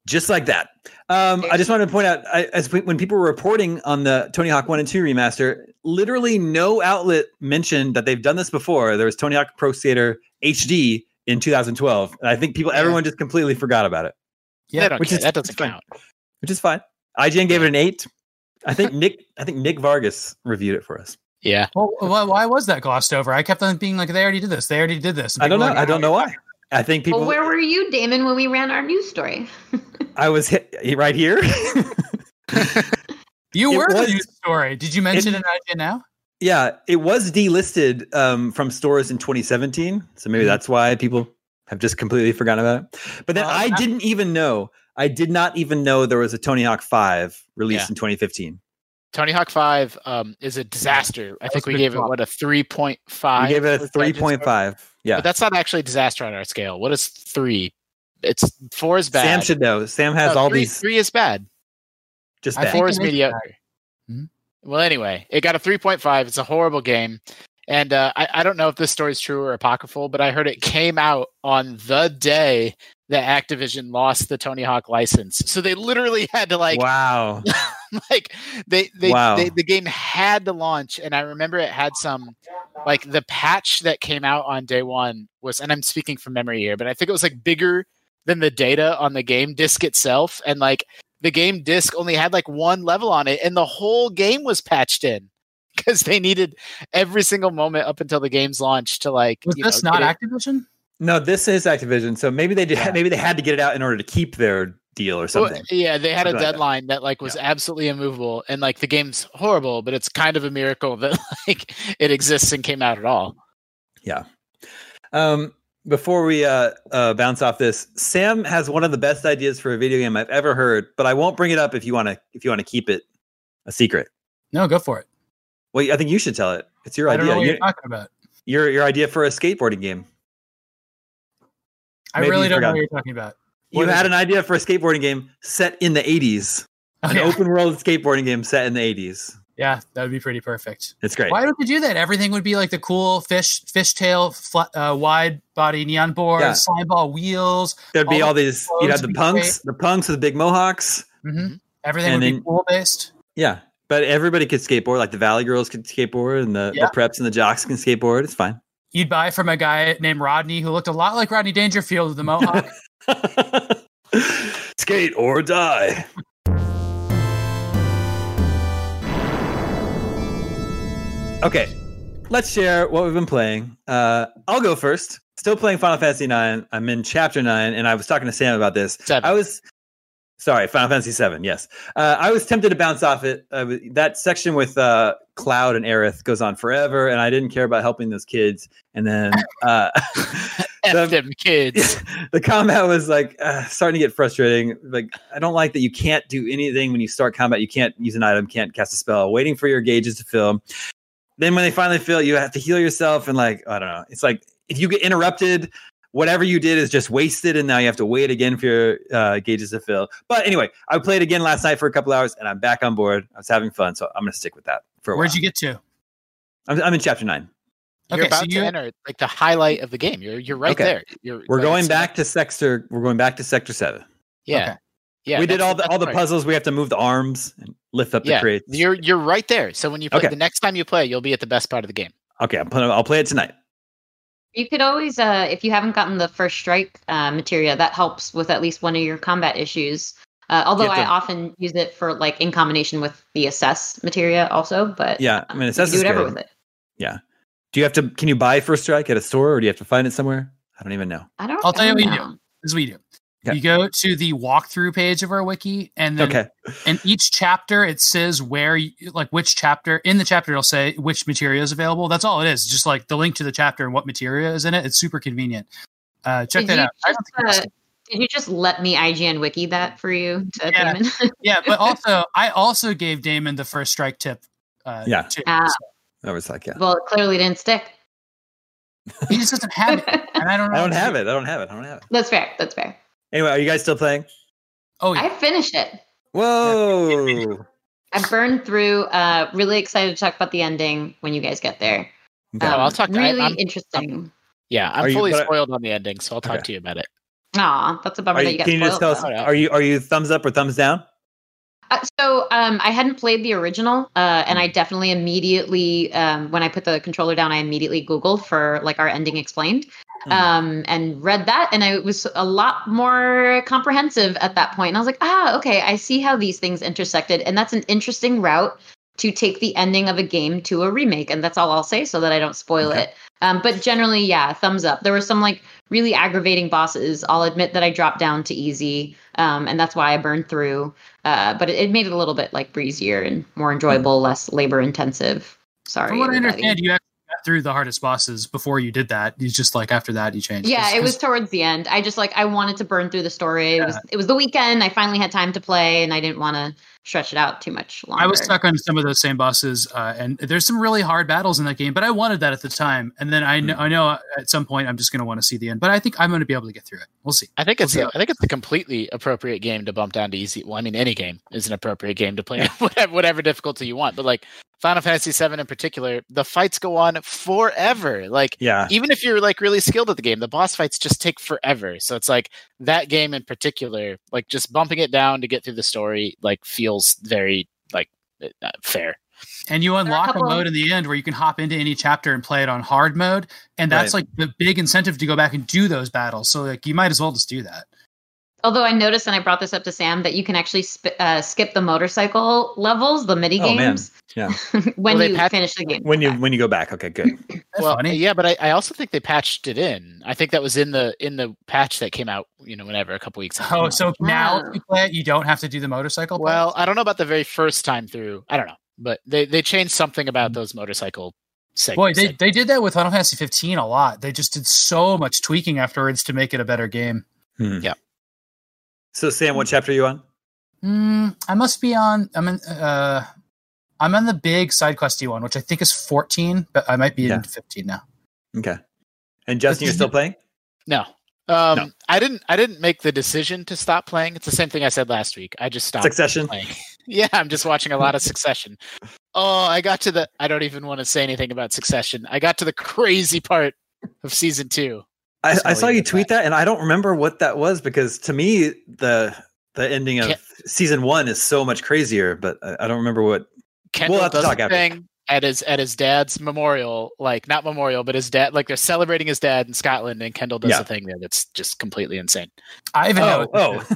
Just like that. Um, I just wanted to point out, I, as we, when people were reporting on the Tony Hawk 1 and 2 remaster, literally no outlet mentioned that they've done this before. There was Tony Hawk Pro Skater HD in 2012. And I think people,
Yeah.
everyone just completely forgot about it,
They don't
which
care.
is-
that doesn't
it's fine.
count.
which is fine. IGN gave it an eight. I think Nick, I think Nick Vargas reviewed it for us.
Yeah.
Well, why, why was that glossed over? I kept on being like, they already did this. They already did this. And
I don't
people
know.
were
I
like,
don't know why. I think people.
well, where were you, Damon, when we ran our news story?
I was hit eh, right here.
You
It
were the
was-
news story. Did you mention it, in IGN now?
yeah, it was delisted um, from stores in 2017, so maybe that's why people have just completely forgotten about it. But then
Well,
I
that-
didn't even know. I did not even know there was a Tony Hawk Five released
Yeah.
in 2015.
Tony Hawk 5 um, is a disaster. I think
was a
we
big
gave it,
flop.
what, a 3.5?
We gave it a
for Dungeons and Dragons?
3.5. Yeah,
But that's not actually a disaster on our scale. What is three? It's four is bad.
Sam should know. Sam has
No,
all
three-
these
Three is bad.
just
I
bad.
think
Four is
it is
mediocre.
Mhm.
Well, anyway, it got a 3.5. It's a horrible game. And uh, I, I don't know if this story is true or apocryphal, but I heard it came out on the day that Activision lost the Tony Hawk license. So they literally had to like
wow.
like they they,
Wow.
they the game had to launch and i remember it had some like the patch that came out on day one was and i'm speaking from memory here but i think it was like bigger than the data on the game disc itself and like the game disc only had like one level on it and the whole game was patched in because they needed every single moment up until the game's launch to like
Was
you
this
know,
not
get it-
Activision?
No, this is Activision. So maybe they did,
Yeah.
maybe they had to get it out in order to keep their deal or
Well,
something.
yeah, they had a
Something like that.
deadline that. like was absolutely immovable, and like the game's horrible, but it's kind of a miracle that like it exists and came out at all.
Um, before we uh, uh, bounce off this, Sam has one of the best ideas for a video game I've ever heard, but I won't bring it up if you want to. If you want to keep it a secret,
No, go for it.
well, I think you should tell it. It's your
I don't know
idea.
what
You-
you're talking about.
Your your idea for a skateboarding game.
I
Maybe
really
you
don't know
forgot.
what you're talking about.
You
What is
had
it?
an idea for a skateboarding game set in the '80s,
Oh,
an
yeah.
open world skateboarding game set in the '80s.
yeah, that would be pretty perfect.
It's great.
Why don't you do that? Everything would be like the cool fish, fishtail, flat, uh, wide body neon boards,
Yeah.
slide ball wheels.
There'd be
all
all these.
clothes
You'd have
would
the
be
punks, the punks with the big mohawks.
Mm-hmm.
hmm Everything
And
would
then-
be pool based.
Yeah, but everybody could skateboard. Like the Valley Girls could skateboard, and the,
Yeah.
the preps and the jocks can skateboard. It's fine.
You'd buy from a guy named Rodney who looked a lot like Rodney Dangerfield with the mohawk.
Skate or die. Okay, let's share what we've been playing. Uh, I'll go first. Still playing Final Fantasy IX. I'm in Chapter Nine, and I was talking to Sam about this.
Seven.
I was sorry, Final Fantasy Seven. Yes, uh, I was tempted to bounce off it. I was- that section with uh, Cloud and Aerith goes on forever, and I didn't care about helping those kids. And then uh,
F
the-
them kids.
the combat was like uh, starting to get frustrating. Like I don't like that you can't do anything when you start combat. You can't use an item, can't cast a spell. Waiting for your gauges to fill. Then when they finally fill, you have to heal yourself and like I don't know. It's like if you get interrupted, whatever you did is just wasted, and now you have to wait again for your uh, gauges to fill. But anyway, I played again last night for a couple hours, and I'm back on board. I was having fun, so I'm gonna stick with that for a
Where'd
while.
you get to?
I'm, I'm in chapter nine.
You're
Okay, so
about
you-
to enter like the highlight of the game. You're you're right
Okay.
there. You're
We're
like,
going
it's-
back to sector. We're going back to sector seven.
Yeah,
Okay.
yeah.
we did
that's-
all the
that's
all the
right.
puzzles. We have to move the arms and lift up
Yeah,
the crates.
You're you're right there. So when you play,
Okay.
the next time you play, you'll be at the best part of the game.
Okay, I'm playing, I'll play it tonight.
You could always, uh, if you haven't gotten the first strike uh, materia, that helps with at least one of your combat issues. Uh, although
have
I
to-
often use it for like in combination with the assess materia also, but
Yeah, I mean,
you can
assess
do
is
whatever
good.
with it.
Do you have to? Can you buy First Strike at a store, or do you have to find it somewhere? I don't even know.
I don't.
I'll tell
I
you
don't
what you do.
know.
This is what you do.
Okay.
You go to the walkthrough page of our wiki, and then
Okay,
in each chapter it says where, you, like which chapter in the chapter it'll say which material is available. That's all it is. Just like the link to the chapter and what material is in it. It's super convenient. Uh, check
Did
that
you
out. I don't
just,
think it's-
uh, Did you just let me IGN wiki that for you, to
Yeah.
Damon?
yeah, but also I also gave Damon the first strike tip. Uh,
Yeah.
too.
Ah.
So
I was like, yeah,
well, it clearly didn't stick.
he just doesn't have it, and I don't. Know
I don't have it. I don't have it. I don't have it.
That's fair. That's fair.
Anyway, are you guys still playing?
Oh yeah,
I finished it.
Whoa.
I burned through. Uh, really excited to talk about the ending when you guys get there.
Okay.
Um, I'll talk- I-
Really
I'm-
interesting.
Yeah, I'm
Are you-
fully
but I-
spoiled on the ending, so I'll talk
Okay.
to you about it.
Aw, that's a bummer
Are
that
you-
you got
can you just
spoiled.
tell us?
though.
though.
Are you are you thumbs up or thumbs down?
Uh, so um, I hadn't played the original, uh, and I definitely immediately, um, when I put the controller down, I immediately Googled for like our ending explained,
Mhm.
um, and read that, and I it was a lot more comprehensive at that point. And I was like, ah, okay, I see how these things intersected, and that's an interesting route to take the ending of a game to a remake, and that's all I'll say so that I don't spoil
Okay.
it. Um, but generally, yeah, thumbs up. There were some like really aggravating bosses. I'll admit that I dropped down to easy, um, and that's why I burned through. Uh, but it, it made it a little bit like breezier and more enjoyable, less labor intensive. Sorry,
Hmm. From what I
everybody.
understand, you actually got through the hardest bosses before you did that. It's just like after that you changed.
Yeah,
It's-
it was
it's-
towards the end. I just like I wanted to burn through the story. It was it was the weekend. I finally had time to play, and I didn't want to stretch it out too much longer.
I was stuck on some of those same bosses, uh, and there's some really hard battles in that game. But I wanted that at the time, and then I know,
Hmm.
I know uh, at some point I'm just going to want to see the end. But I think I'm going to be able to get through it. We'll see.
I think it's
Okay.
I think it's a completely appropriate game to bump down to easy. Well, I mean, any game is an appropriate game to play whatever whatever difficulty you want. But like Final Fantasy VII in particular, the fights go on forever. Like
Yeah.
even if you're like really skilled at the game, the boss fights just take forever. So it's like that game in particular, like just bumping it down to get through the story, like feels very like uh, fair.
And you
a
unlock a
couple-
mode in the end where you can hop into any chapter and play it on hard mode, and that's like the big incentive to go back and do those battles. So like you might as well just do that.
Although I noticed, and I brought this up to Sam, that you can actually sp- uh, skip the motorcycle levels, the mini
Oh, man.
games,
Yeah.
when
Well, they
you
patched-
finish the game.
When you when you go back, okay, good.
That's
well,
funny.
yeah, but I, I also think they patched it in. I think that was in the in the patch that came out, you know, whenever a couple weeks. ago.
Oh, so now
Wow.
if you play it, you don't have to do the motorcycle. part?
Well, I don't know about the very first time through. I don't know, but they they changed something
Mm.
about those motorcycle segments.
boy, they,
I-
they did that with Final Fantasy 15 a lot. They just did so much tweaking afterwards to make it a better game.
Hmm.
Yeah.
So Sam, what chapter are you on?
Mm, I must be on. I'm in. Uh, I'm on the big side questy one, which I think is 14, but I might be
Yeah.
in 15 now.
Okay. And Justin, you're still playing?
no. Um,
No.
I didn't. I didn't make the decision to stop playing. It's the same thing I said last week. I just stopped.
Succession.
playing. yeah, I'm just watching a lot of Succession. Oh, I got to the. I don't even want to say anything about Succession. I got to the crazy part of season two.
I,
Just
I
gonna
saw
leave it
you
at
tweet that, and I don't remember what that was because to me the the ending of
Ca-
season one is so much crazier, but I, I don't remember what.
Kendall
have to
does
talk
a
after.
thing at his at his dad's memorial, like not memorial, but his dad. Like they're celebrating his dad in Scotland, and Kendall does
Yeah.
a thing there that's just completely insane.
I even know.
Oh,
what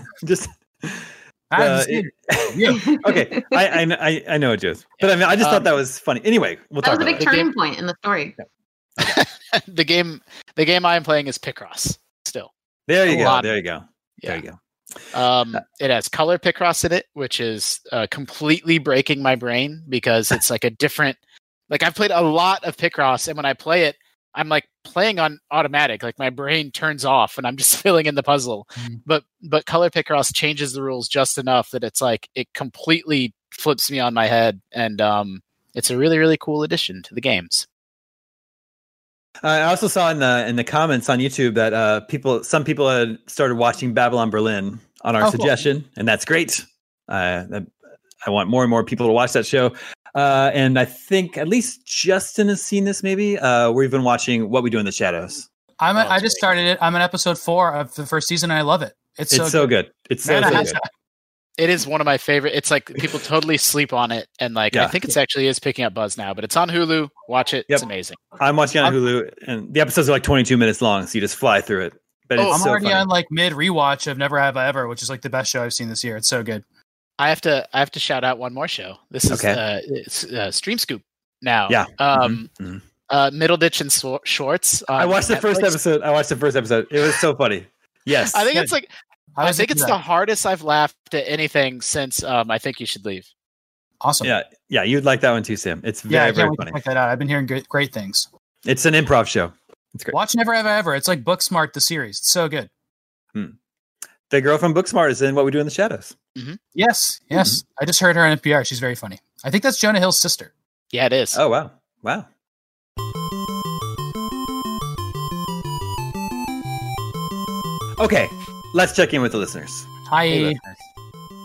oh,
this is.
just
I haven't
uh,
seen it. Yeah.
okay. I, I kn- I I know it is, but I mean, I just
Um,
thought that was funny. Anyway, we'll
that
talk
was a
about
big
it.
that.
turning point in the story.
the game the game I'm playing is Picross still.
There
a
you go.
lot.
There you go. There
Yeah.
you go.
Um it has color Picross in it, which is uh, completely breaking my brain because it's like a different like I've played a lot of Picross and when I play it I'm like playing on automatic, like my brain turns off and I'm just filling in the puzzle.
Mm.
But but color Picross changes the rules just enough that it's like it completely flips me on my head and um it's a really really cool addition to the games.
Uh, I also saw in the in the comments on YouTube that uh, people some people had started watching Babylon Berlin on our
Oh, cool.
suggestion, and that's great. Uh, that- I want more and more people to watch that show. Uh, and I think at least Justin has seen this. Maybe uh, we've been watching What We Do in the Shadows.
I'm.
Oh,
A, I
it's
just
great.
started it. I'm on episode four of the first season, and I love it. It's,
It's so,
so, good.
good. It's so,
Man, I
so
have
good.
to-
it is one of my favorite. It's like people totally sleep on it, and like I
Yeah.
think it's actually is picking up buzz now. But it's on Hulu. Watch it.
Yep.
It's amazing.
I'm watching on
I'm-
Hulu, and the episodes are like 22 minutes long, so you just fly through it. But
Oh,
it's
I'm
so
already
funny.
on like mid rewatch of Never Have I Ever, which is like the best show I've seen this year. It's so good.
I have to. I have to shout out one more show. This is
Okay.
uh, it's, uh, Stream Scoop now.
Yeah.
Um.
Mhm.
Uh, Middle Ditch and Sw- Schwartz. on
I watched the first
Netflix.
episode. I watched the first episode. It was so funny. Yes,
I think
Good.
it's like
was
I think
into
it's
that.
the hardest I've laughed at anything since um I think you should leave.
awesome.
yeah, yeah. You'd like that one too, Sam. It's
yeah.
very,
I can't
very
wait
funny.
to check that out. I've been hearing great, great things.
It's an improv show. It's great.
Watch Never Have I Ever. It's like Booksmart the series. It's so good.
The girl from Booksmart is in What We Do in the Shadows.
Yes,
Mm-hmm.
yes. I just heard her on NPR. She's very funny. I think that's Jonah Hill's sister.
Yeah, it is.
Oh wow, wow. Okay, let's check in with the listeners.
Hi.
Hey,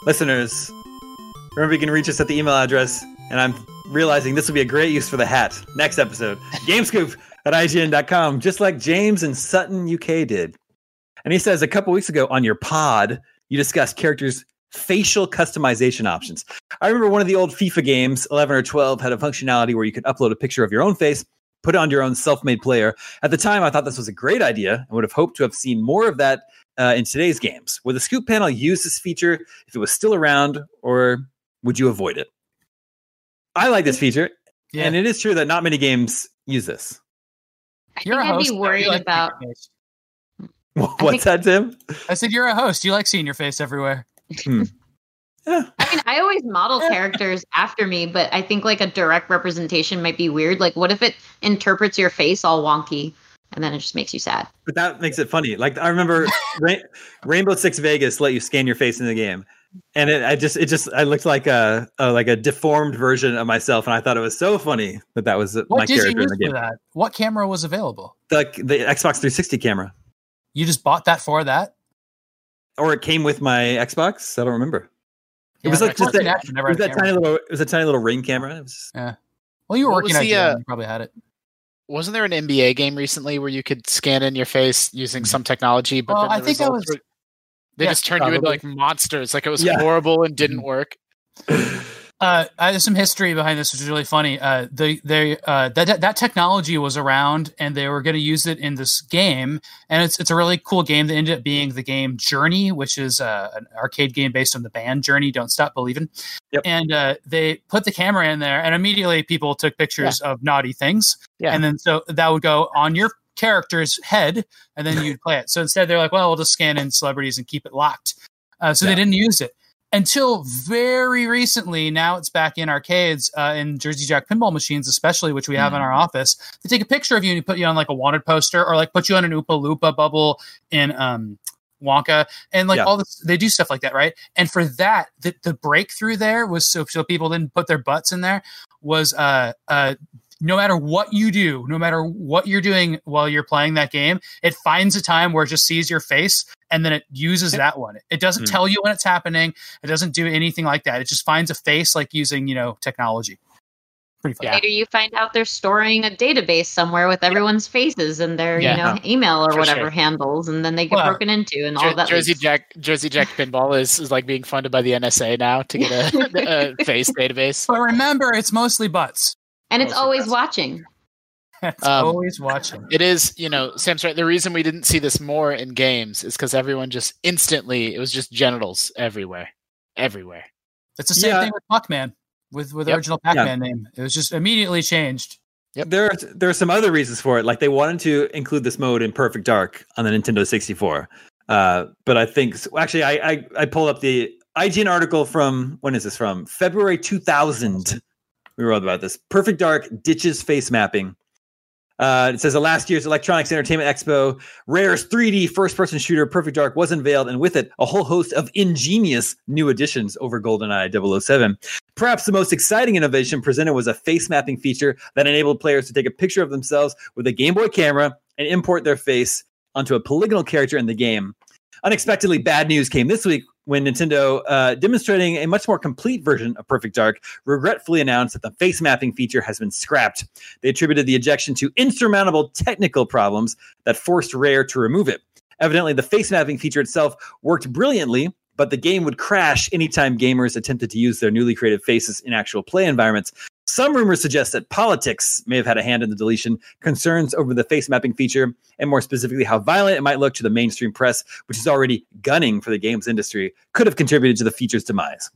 Listeners, remember you can reach us at the email address, and I'm realizing this would be a great use for the hat. Next episode, Game Scoop. at IGN.com, just like James and Sutton UK did. And he says a couple weeks ago on your pod, you discussed characters' facial customization options. I remember one of the old FIFA games, 11 or 12, had a functionality where you could upload a picture of your own face, put it on your own self made player. At the time, I thought this was a great idea and would have hoped to have seen more of that uh, in today's games. Would the scoop panel use this feature if it was still around, or would you avoid it? I like this feature,
Yeah.
and it is true that not many games use this.
I
You're a
think I'd
host.
be
though. You
worried
like
about.
seeing your face.
What's that, Tim?
I said you're a host. You like seeing your face everywhere.
I mean, I always model characters after me, but I think like a direct representation might be weird. Like, what if it interprets your face all wonky, and then it just makes you sad?
But that makes it funny. Like I remember Rain- Rainbow Six Vegas let you scan your face in the game, and it, I just it just I looked like a, a like a deformed version of myself, and I thought it was so funny that that was
What
my
did you
character in
use
the
for
game.
that? What camera was available?
Like the Xbox 360 camera,
You just bought that for that?
or it came with my Xbox. I don't remember. It was like
my
just that-
Fortnite action never
it was
had
that
a camera.
tiny little it was a tiny little ring camera. It was-
Well, you were
What
working
was
at
the,
the,
uh,
you probably had it.
Wasn't there an NBA game recently where you could scan in your face using some technology? But
Well,
then
I
the
think I
results
was-
were- they
Yeah,
just turned you into like monsters. Like it was
Yeah.
horrible and didn't work.
Uh, I, there's some history behind this, which is really funny. Uh, they, they, uh, that that technology was around, and they were going to use it in this game, and it's it's a really cool game that ended up being the game Journey, which is uh, an arcade game based on the band Journey. Don't stop believing.
Yep.
And uh, they put the camera in there, and immediately people took pictures of naughty things,
Yeah.
and then so that would go on your character's head, and then you'd play it. So instead, they're like, well, we'll just scan in celebrities and keep it locked. Uh, so
Yeah.
they didn't use it until very recently. Now it's back in arcades uh, in Jersey Jack pinball machines, especially which we have
Mm.
in our office. They take a picture of you and you put you on like a wanted poster, or like put you on an Oopa Loopa bubble in um, Wonka, and like
Yeah.
all this. They do stuff like that, right? And for that, the, the breakthrough there was so, so people didn't put their butts in there was uh uh. No matter what you do, no matter what you're doing while you're playing that game, it finds a time where it just sees your face and then it uses that one. It doesn't
Hmm.
tell you when it's happening. It doesn't do anything like that. It just finds a face like using, you know, technology. Pretty fun.
Later, you find out they're storing a database somewhere with everyone's faces and their, you
Yeah.
know, email or
For
whatever
sure.
handles, and then they get
Well,
broken into
Oh,
and all
Jer-
that.
Jersey
leaks.
Jack Jersey Jack pinball is, is like being funded by the NSA now to get a, a face database.
But remember, it's mostly butts.
and it's
Mostly
always
best.
watching.
It's
Um,
always watching.
It is, you know, Sam's right. The reason we didn't see this more in games is because everyone just instantly it was just genitals everywhere, everywhere.
It's the same
yeah.
thing with Pac-Man, with with the
Yep.
original Pac-Man name. It was just immediately changed.
Yep.
There, are, there are some other reasons for it. Like they wanted to include this mode in Perfect Dark on the Nintendo 64, uh, but I think so actually I, I I pulled up the IGN article from when is this from February 2000. We wrote about this. Perfect Dark ditches face mapping. Uh, it says the last year's Electronics Entertainment Expo, Rare's 3D first-person shooter Perfect Dark was unveiled, and with it, a whole host of ingenious new additions over GoldenEye 007. Perhaps the most exciting innovation presented was a face mapping feature that enabled players to take a picture of themselves with a Game Boy camera and import their face onto a polygonal character in the game. Unexpectedly bad news came this week when Nintendo, uh, demonstrating a much more complete version of Perfect Dark, regretfully announced that the face mapping feature has been scrapped. They attributed the ejection to insurmountable technical problems that forced Rare to remove it. Evidently, the face mapping feature itself worked brilliantly, but the game would crash anytime gamers attempted to use their newly created faces in actual play environments. Some rumors suggest that politics may have had a hand in the deletion, concerns over the face mapping feature, and more specifically, how violent it might look to the mainstream press, which is already gunning for the games industry, could have contributed to the feature's demise.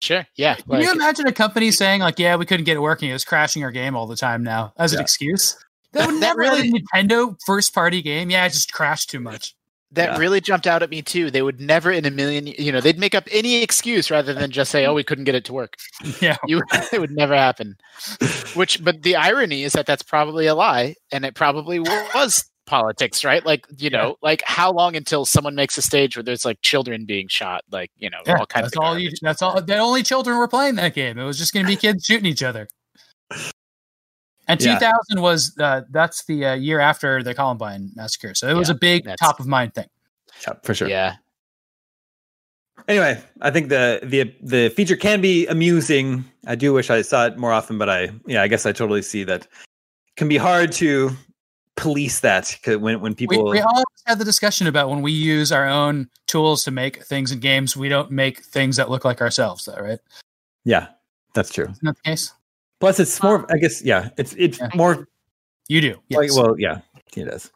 Sure, yeah.
Can you
like-
imagine a company saying like, "Yeah, we couldn't get it working. It was crashing our game all the time." Now as an
Yeah.
excuse, that would
That
never
really-
really Nintendo first party game. Yeah, it just crashed too much.
that
Yeah.
really jumped out at me too. They would never in a million, you know, they'd make up any excuse rather than just say, "Oh, we couldn't get it to work."
Yeah.
you, it would never happen. Which, but the irony is that that's probably a lie, and it probably was politics, right? Like, you know, like how long until someone makes a stage where there's like children being shot, like you know,
Yeah,
all kinds
that's
of.
all you.
garbage.
That's all. The only children were playing that game. It was just going to be kids shooting each other. And
Yeah.
2000 was uh, that's the uh, year after the Columbine massacre, so it was
Yeah,
a big
that's-
top of mind thing.
Yeah, for sure.
Yeah,
Anyway, I think the the the feature can be amusing. I do wish I saw it more often, but I yeah, I guess I totally see that it can be hard to police that 'cause when when
We,
people
we all had the discussion about when we use our own tools to make things in games, we don't make things that look like ourselves, though, right?
yeah that's true
Isn't that the case?
plus it's more i guess yeah it's it's
Yeah.
more
You do. Yes.
like well yeah it is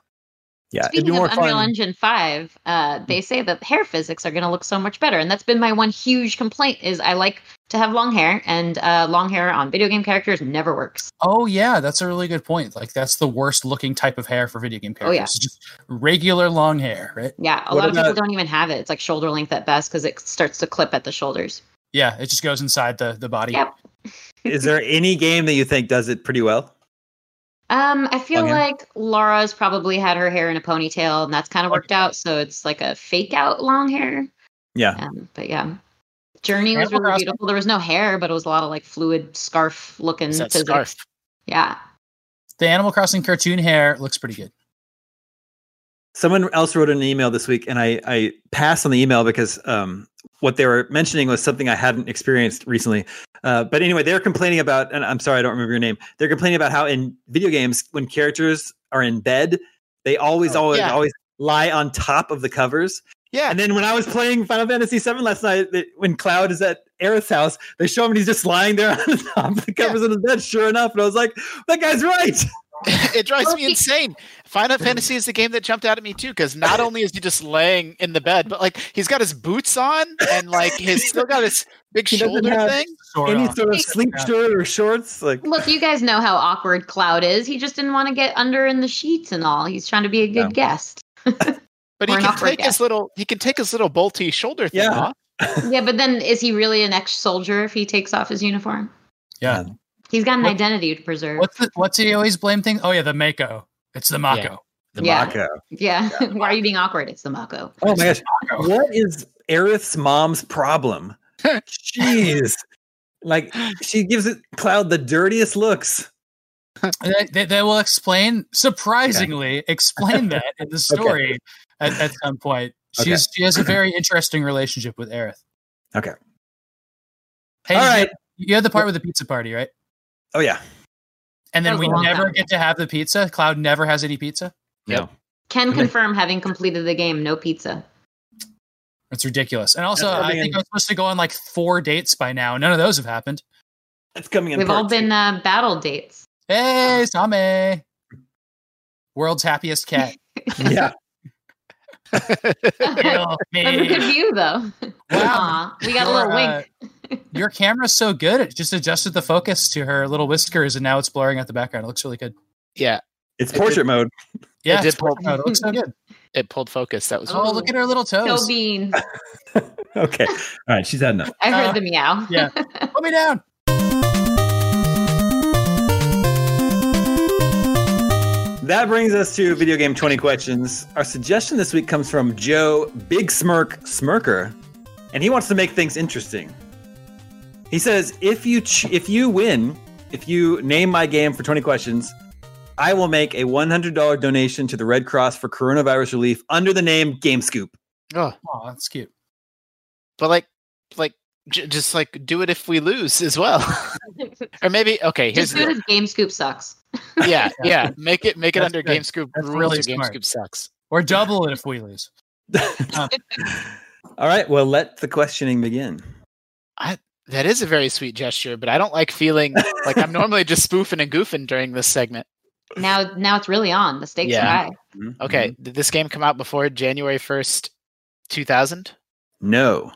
yeah it'd be
Speaking
more
of Unreal
fun
Engine 5, uh, they say that hair physics are going to look so much better, and that's been my one huge complaint. Is I like to have long hair, and uh, long hair on video game characters never works.
oh yeah, that's a really good point. Like that's the worst looking type of hair for video game
Oh,
characters.
yeah.
It's just regular long hair, right?
Yeah, a
What
lot of people
about-
don't even have it. It's like shoulder length at best because it starts to clip at the shoulders.
Yeah, it just goes inside the the body.
Yep.
is there any game that you think does it pretty well
Um, I feel
Long hair?
like Laura's probably had her hair in a ponytail, and that's kind of worked out. So it's like a fake out long hair.
yeah
Um, but yeah, Journey
Yeah,
was really
Laura's-
beautiful. There was no hair, but it was a lot of like fluid scarf looking
It's that
physics.
scarf.
Yeah,
The Animal Crossing cartoon hair looks pretty good.
someone else wrote an email this week and i i passed on the email because um what they were mentioning was something i hadn't experienced recently uh, but anyway they're complaining about and i'm sorry i don't remember your name they're complaining about how in video games when characters are in bed they always
Oh,
always
yeah.
always lie on top of the covers
Yeah.
and then when i was playing final fantasy VII last night it- when cloud is at Aerith's house they show him and he's just lying there on the top of the covers of the bed sure enough and i was like that guy's right
it drives
Well,
me
he-
insane. Final Fantasy is the game that jumped out at me too, because not only is he just laying in the bed, but like he's got his boots on and like he's still got his big
He doesn't
shoulder
have-
thing.
Sort
any
of.
sort of sleep shirt or shorts like
Look, you guys know how awkward Cloud is. He just didn't want to get under in the sheets and all. He's trying to be a good
Yeah.
guest.
But he
Or an
can
awkward
take his
guest.
little he can take his little bolty shoulder thing
Yeah.
off.
yeah, but then is he really an ex-soldier if he takes off his uniform?
Yeah.
He's got an
What-
identity to preserve.
What's the, what's he always blame thing? Oh yeah, the Mako. It's the Mako.
the
Yeah.
Mako.
yeah. Why are you being awkward? It's the Mako.
Oh my gosh.
Mako.
What is Aerith's mom's problem? Jeez. Like she gives it Cloud the dirtiest looks.
They, they, they will explain surprisingly explain that in the story at, at some point.
Okay.
She's she has a very interesting relationship with Aerith.
Okay.
Hey,
All
did you-
right.
You had the part with the pizza party, right?
Oh yeah.
And then
That was
we
a long
never
time
get to have the pizza. Cloud never has any pizza.
No.
Yep.
Can
Okay.
confirm having completed the game, no pizza.
It's ridiculous. And also,
That's
I
something
think
in-
I was supposed to go on like four dates by now. None of those have happened.
That's coming in.
We've
part
all been
two.
uh, battle dates.
Hey,
Oh.
Same. World's happiest cat.
Yeah.
That's
Kill
a good
me.
view, though.
Wow.
Aw, we got a little
Your, uh,
wink.
Your camera's so good. It just adjusted the focus to her little whiskers and now it's blurring out the background. It looks really good.
yeah.
It's portrait mode.
Yeah,
did
it's
pull-
perfect mode. it looks so good.
It pulled focus. That was
Oh, look at her little toes.
No bean.
Okay. All right. She's had enough.
I heard
Uh,
the meow.
yeah. Put me down.
That brings us to video game 20 questions. Our suggestion this week comes from Joe Big Smirk Smirker, and he wants to make things interesting. He says, "If you ch- if you win, if you name my game for 20 questions, I will make a $100 donation to the Red Cross for coronavirus relief under the name Game Scoop."
oh.
Oh, that's cute.
but like like j- just like do it if we lose as well. or maybe okay, here's
Just
the
do it
deal.
as Game Scoop sucks.
yeah, yeah. Make it make it
That's
under
good.
GameScoop
That's
rules
really
or
smart.
GameScoop sucks.
Or double it if we lose.
All right, well, let the questioning begin.
That is a very sweet gesture, but I don't like feeling like I'm normally just spoofing and goofing during this segment.
Now, now it's really on. The stakes
Yeah.
are high.
Okay,
Mm-hmm.
did this game come out before January 1st, 2000?
No.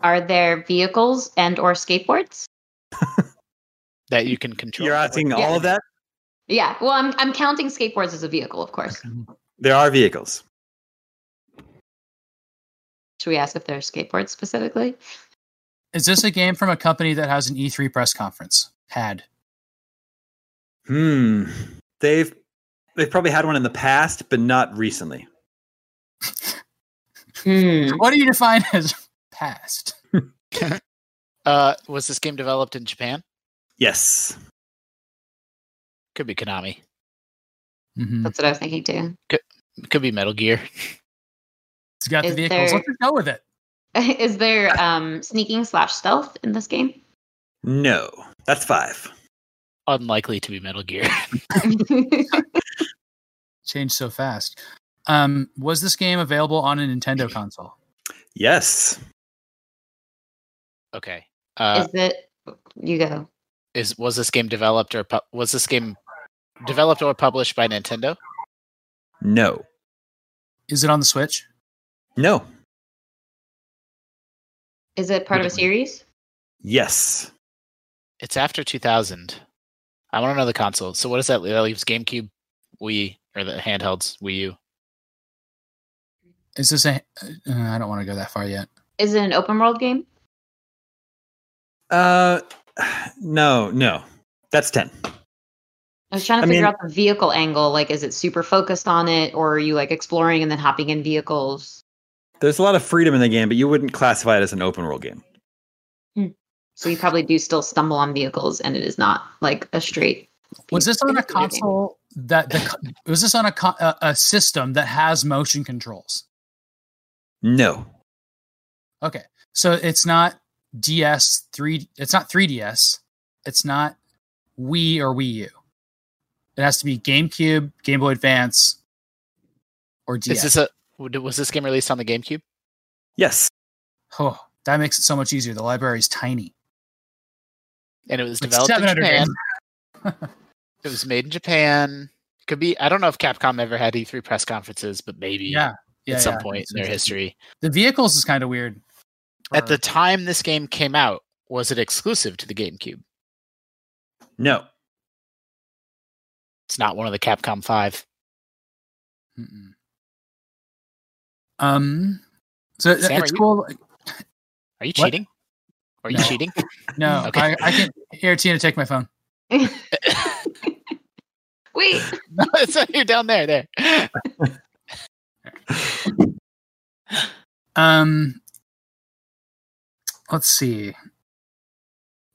Are there vehicles and or skateboards?
That you can control.
You're asking
Yeah.
all of that?
Yeah. Well, I'm I'm counting skateboards as a vehicle, of course.
There are vehicles.
Should we ask if there are skateboards specifically?
Is this a game from a company that has an E3 press conference? Had.
Hmm. They've they've probably had one in the past, but not recently.
Hmm.
What do you define as past?
Uh, was this game developed in Japan?
Yes.
Could be Konami.
Mhm.
That's what I was thinking too.
Could be Metal Gear.
It's got the
Is
vehicles.
there-
Let's just go with it.
Is there um, sneaking slash stealth in this game?
No. That's five.
unlikely to be Metal Gear.
Changed so fast. Um, was this game available on a Nintendo console?
Yes.
okay. Uh,
is it? You go.
is was this game developed or pu- was this game developed or published by Nintendo?
No.
Is it on the Switch?
No.
Is it part of a
Wait.
series?
Yes.
It's after 2000. I want to know the console. So what is that? leave? That leaves GameCube, Wii, or the handhelds, Wii U.
Is this a? Uh, I don't want to go that far yet.
Is it an open world game?
Uh, no, no. That's 10.
I was trying to
I
figure
mean-
out the vehicle angle. Like, is it super focused on it, or are you like exploring and then hopping in vehicles?
There's a lot of freedom in the game, but you wouldn't classify it as an open world game.
So you probably do still stumble on vehicles, and it is not like a straight.
Was this on a
piece of video game.
console that the, co- was this on a, co- a a system that has motion controls?
No.
Okay, so it's not DS three. It's not 3DS. It's not Wii or Wii U. It has to be GameCube, Game Boy Advance, or DS.
Is this a was this game released on the GameCube?
Yes.
oh, that makes it so much easier. The library is tiny.
And it was
Like
developed in
700
Japan.
games.
It was made in Japan. Could be. I don't know if Capcom ever had E3 press conferences, but maybe
Yeah, yeah.
at some
yeah.
point in
It's
their history.
The vehicles is kind of weird.
At the
Or-
time this game came out, was it exclusive to the GameCube?
No.
It's not one of the Capcom Five.
Mm-mm. um, so
Sam,
it's
are you-
cool.
Are you
What?
cheating? Are you
No.
cheating?
No,
Okay.
I, I can here Tina take my phone.
Wait,
no, it's not, you're down there. There.
Um, let's see.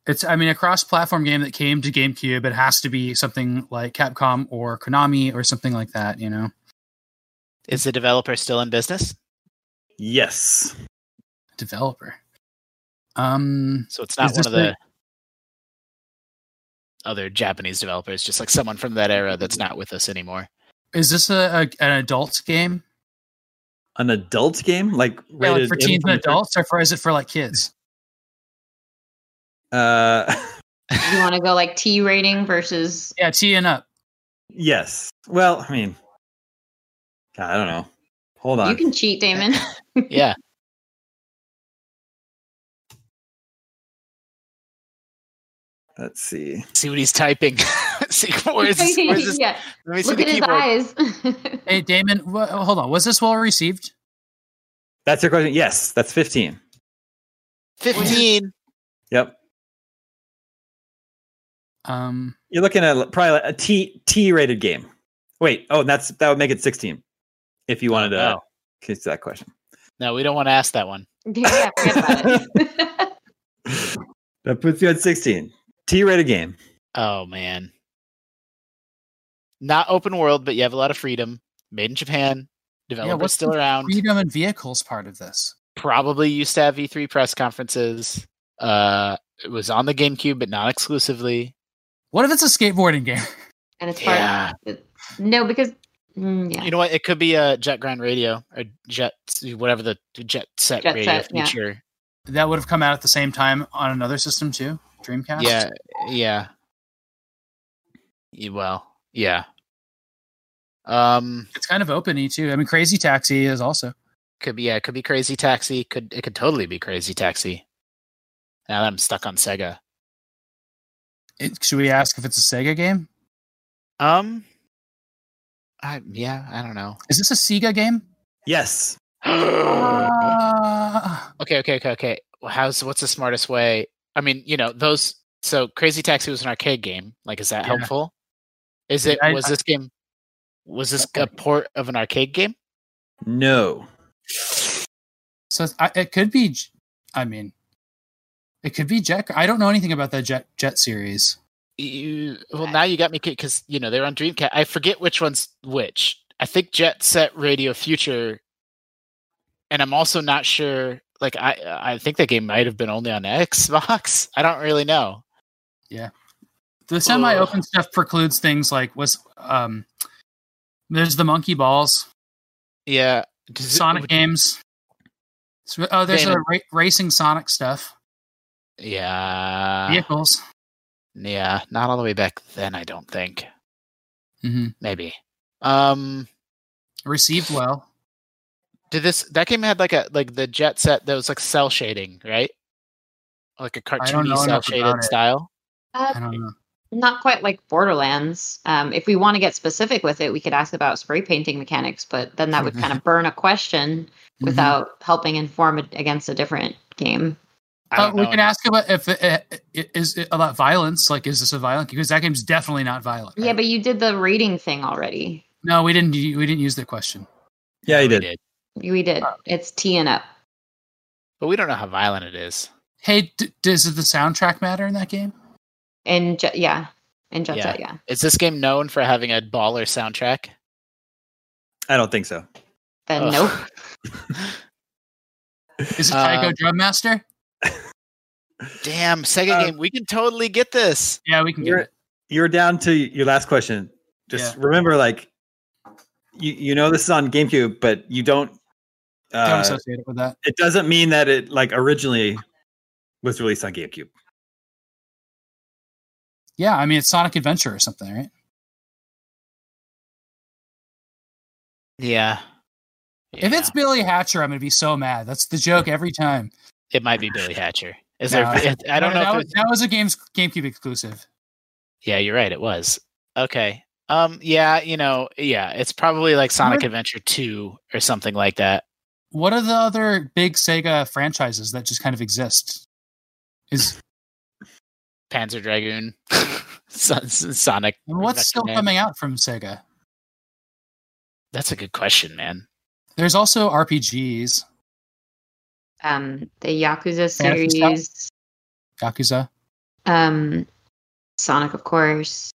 It's I mean a cross-platform game that came to GameCube. It has to be something like Capcom or Konami or something like that. You know,
Is the developer still in business?
Yes.
developer. Um,
So it's
Is
not one
this
of the other Japanese developers, just like someone from that era that's not with us anymore.
is this a, a an adult game?
An adult game? Like
Yeah, like
rated
for
M
teens and
through-
adults, or for is it for like kids?
Uh,
you want to go like T rating versus?
Yeah, T and up.
yes. Well, I mean, God, I don't know. Hold on.
You can cheat, Damon.
yeah.
Let's see.
See what he's typing. See where's, where's this?
yeah,
Let me see
look
the
at his
keyboard.
eyes.
Hey, Damon, wha- hold on. Was this well received?
That's your question. Yes, that's 15.
Fifteen.
Yep.
Um,
You're looking at li- probably like a T T rated game. Wait, oh, that's that would make it 16 if you wanted to
no.
answer that question.
No, we don't want to ask that one.
yeah, forget about it.
That puts you at 16. T rated game.
Oh man. Not open world, but you have a lot of freedom. Made in Japan. Developers
what's
still
the
around.
freedom and vehicles part of this.
Probably used to have E3 press conferences. Uh, it was on the GameCube, but not exclusively.
What if it's a skateboarding game?
and it's part.
Yeah.
No, because mm, yeah,
You know what? It could be a Jet Grind Radio or Jet, whatever the Jet Set
Jet
Radio
Set, yeah.
feature.
that would have come out at the same time on another system too, Dreamcast.
Yeah, yeah. Y- Well, yeah. Um,
it's kind of openy too. I mean, Crazy Taxi is also
could be yeah, it could be Crazy Taxi. Could it could totally be Crazy Taxi. Now that I'm stuck on Sega.
it, should we ask if it's a Sega game?
Um, I yeah, I don't know.
Is this a Sega game?
Yes.
Ah,
Okay, okay, okay, okay. Well, How's what's the smartest way? I mean, you know, those. So Crazy Taxi was an arcade game. Like, is that
Yeah.
helpful? Is it?
I-
was this game? Was this a port of an arcade game?
No.
so it's- I, it could be. J- I mean, it could be Jet. I don't know anything about the Jet Jet series.
You, well, now you got me because you know they're on Dreamcast. I forget which one's which. I think Jet Set Radio Future, and I'm also not sure. Like, I I think that game might have been only on Xbox. I don't really know.
The semi open stuff precludes things like was um there's the monkey balls,
Yeah. Does it-
Sonic
would-
games. So- oh, there's
Damon.
a ra- racing Sonic stuff,
Yeah. yeah.
vehicles.
Not all the way back then, I don't think.
hmm
Maybe. Um
Received well.
did this that game had like a like the jet set that was like cell shading, right? Like a
know
cartoony cell
enough about
shaded
it.
style.
I
Uh,
don't know.
not quite like Borderlands. Um, if we want to get specific with it, we could ask about spray painting mechanics, but then that would kind of burn a question
Mm-hmm.
Mm-hmm.
without helping inform it against a different game.
I
Uh,
don't
we
know
can ask about if it, it, it is it about violence. Like, is this a violent? Because that game's definitely not violent.
Yeah,
right?
but you did the rating thing already.
no, we didn't. u- We didn't use the question.
Yeah, he
we
did.
We did. It's T and up.
But we don't know how violent it is.
Hey, d- does the soundtrack matter in that game?
And Jet- yeah, and Jet
Yeah.
Set, yeah.
Is this game known for having a baller soundtrack?
I don't think so.
Then
Ugh.
nope.
Is it Taiko
Um,
Drum Master?
Damn, Sega
Uh,
game. We can totally get this.
Yeah, we can get
You're-
it.
You're down to your last question. Just remember, like, you, you know this is on GameCube, but you don't.
Don't
Uh,
associate it with that.
it doesn't mean that it like originally was released on GameCube.
Yeah, I mean it's Sonic Adventure or something, right?
Yeah.
If
Yeah.
it's Billy Hatcher, I'm gonna be so mad. That's the joke every time.
it might be Billy Hatcher. Is
No.
there? it- I don't know.
That,
if
was,
there's-
that was a games GameCube exclusive.
yeah, you're right. It was okay. Um, yeah, you know, yeah, it's probably like Sonic
What?
Adventure Two or something like that.
What are the other big Sega franchises that just kind of exist? Is
Panzer Dragoon, Son- Son- Sonic.
and what's still
Revenge.
coming out from Sega?
That's a good question, man.
There's also RPGs,
Um, the Yakuza
Fantasy stuff?
series,
Yakuza.
um, Sonic, of course.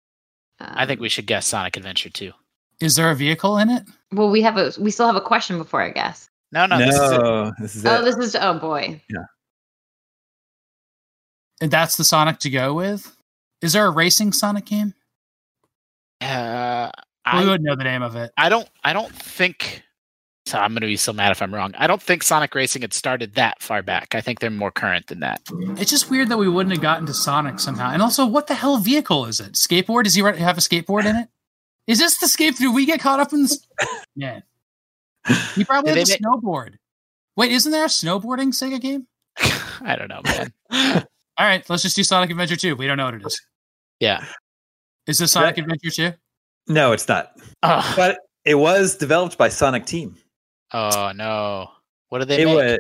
Um,
I think we should guess Sonic Adventure Two.
Is there a vehicle in it?
Well, we have a we still have a question before I guess.
No, no,
No,
This is it.
this is it.
Oh, this is oh boy.
And that's the Sonic to go with. Is there a racing Sonic game?
Uh,
we
I,
would know the name of it.
I don't, I don't think. So I'm going to be so mad if I'm wrong. I don't think Sonic Racing had started that far back. I think they're more current than that.
It's just weird that we wouldn't have gotten to Sonic somehow. And also, what the hell vehicle is it? Skateboard? Does he re- have a skateboard in it? Is this the skate? Do we get caught up in this? Yeah. You probably
Did
have a
they make-
snowboard. Wait, isn't there a snowboarding Sega game?
I don't know, man.
All right, let's just do Sonic Adventure 2. We don't know what it is.
yeah.
Is this Sonic Adventure 2?
no, it's not.
Oh,
But it was developed by Sonic Team.
Oh no! What are they?
It
make?
was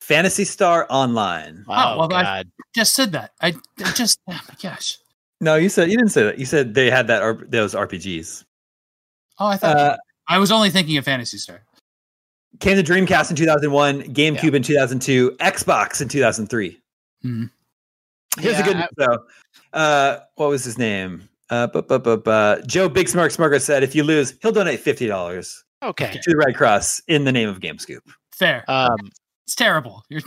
Fantasy Star Online.
Oh,
well, I-
god!
Just said that. I I just, oh my gosh.
No, you said you didn't say that. You said they had that R- those RPGs.
Oh, I thought
Uh,
I was only thinking of Fantasy Star.
came to Dreamcast in 2001, GameCube in 2002, Xbox in 2003.
Mhm.
Here's a
Yeah,
good
I-
news, though. Uh, what was his name? Uh, bu- bu- bu- bu- Joe Big Smirk Smirker said, if you lose, he'll donate fifty dollars
Okay.
to the Red Cross in the name of GameScoop.
Fair.
Um,
it's terrible. You're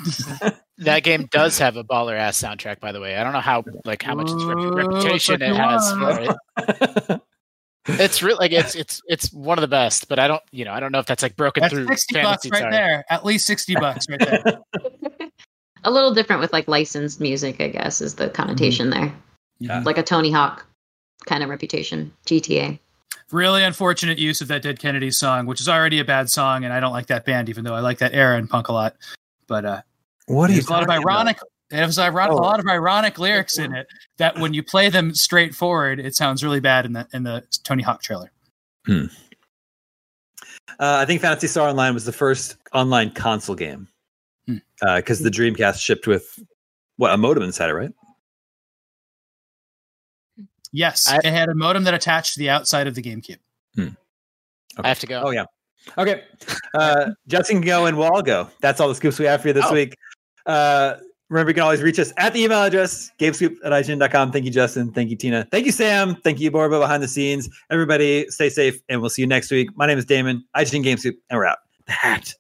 that game does have a baller ass soundtrack, by the way. I don't know how like how much rep-
Ooh,
reputation
fucking
it has
wow.
for it. It's real like it's it's it's one of the best, but I don't you know I don't know if that's like broken
That's
through
60 bucks
fantasy
right
Star.
there. At least 60 bucks right there.
a little different with like licensed music, I guess, is the connotation there.
Yeah.
Like a Tony Hawk kind of reputation. GTA.
Really unfortunate use of that Dead Kennedy song, which is already a bad song, and I don't like that band, even though I like that era and punk a lot. But uh,
what
there's a lot of
talking about?
ironic. There's ironic,
Oh.
a lot of ironic lyrics in it that when you play them straightforward, it sounds really bad in the in the Tony Hawk trailer.
Uh, I think Fantasy Star Online was the first online console game
Hmm.
because the Dreamcast shipped with what a modem inside it, right?
Yes,
I-
it had a modem that attached to the outside of the GameCube.
I have to go.
Oh yeah. Okay. Uh, Justin can go and we'll all go. That's all the scoops we have for you this
Oh.
week. Uh, remember, you can always reach us at the email address, gamescoop at IGN.com. Thank you, Justin. Thank you, Tina. Thank you, Sam. Thank you, Borba, behind the scenes. Everybody, stay safe, and we'll see you next week. My name is Damon, IGN Gamescoop, and we're out. The hat.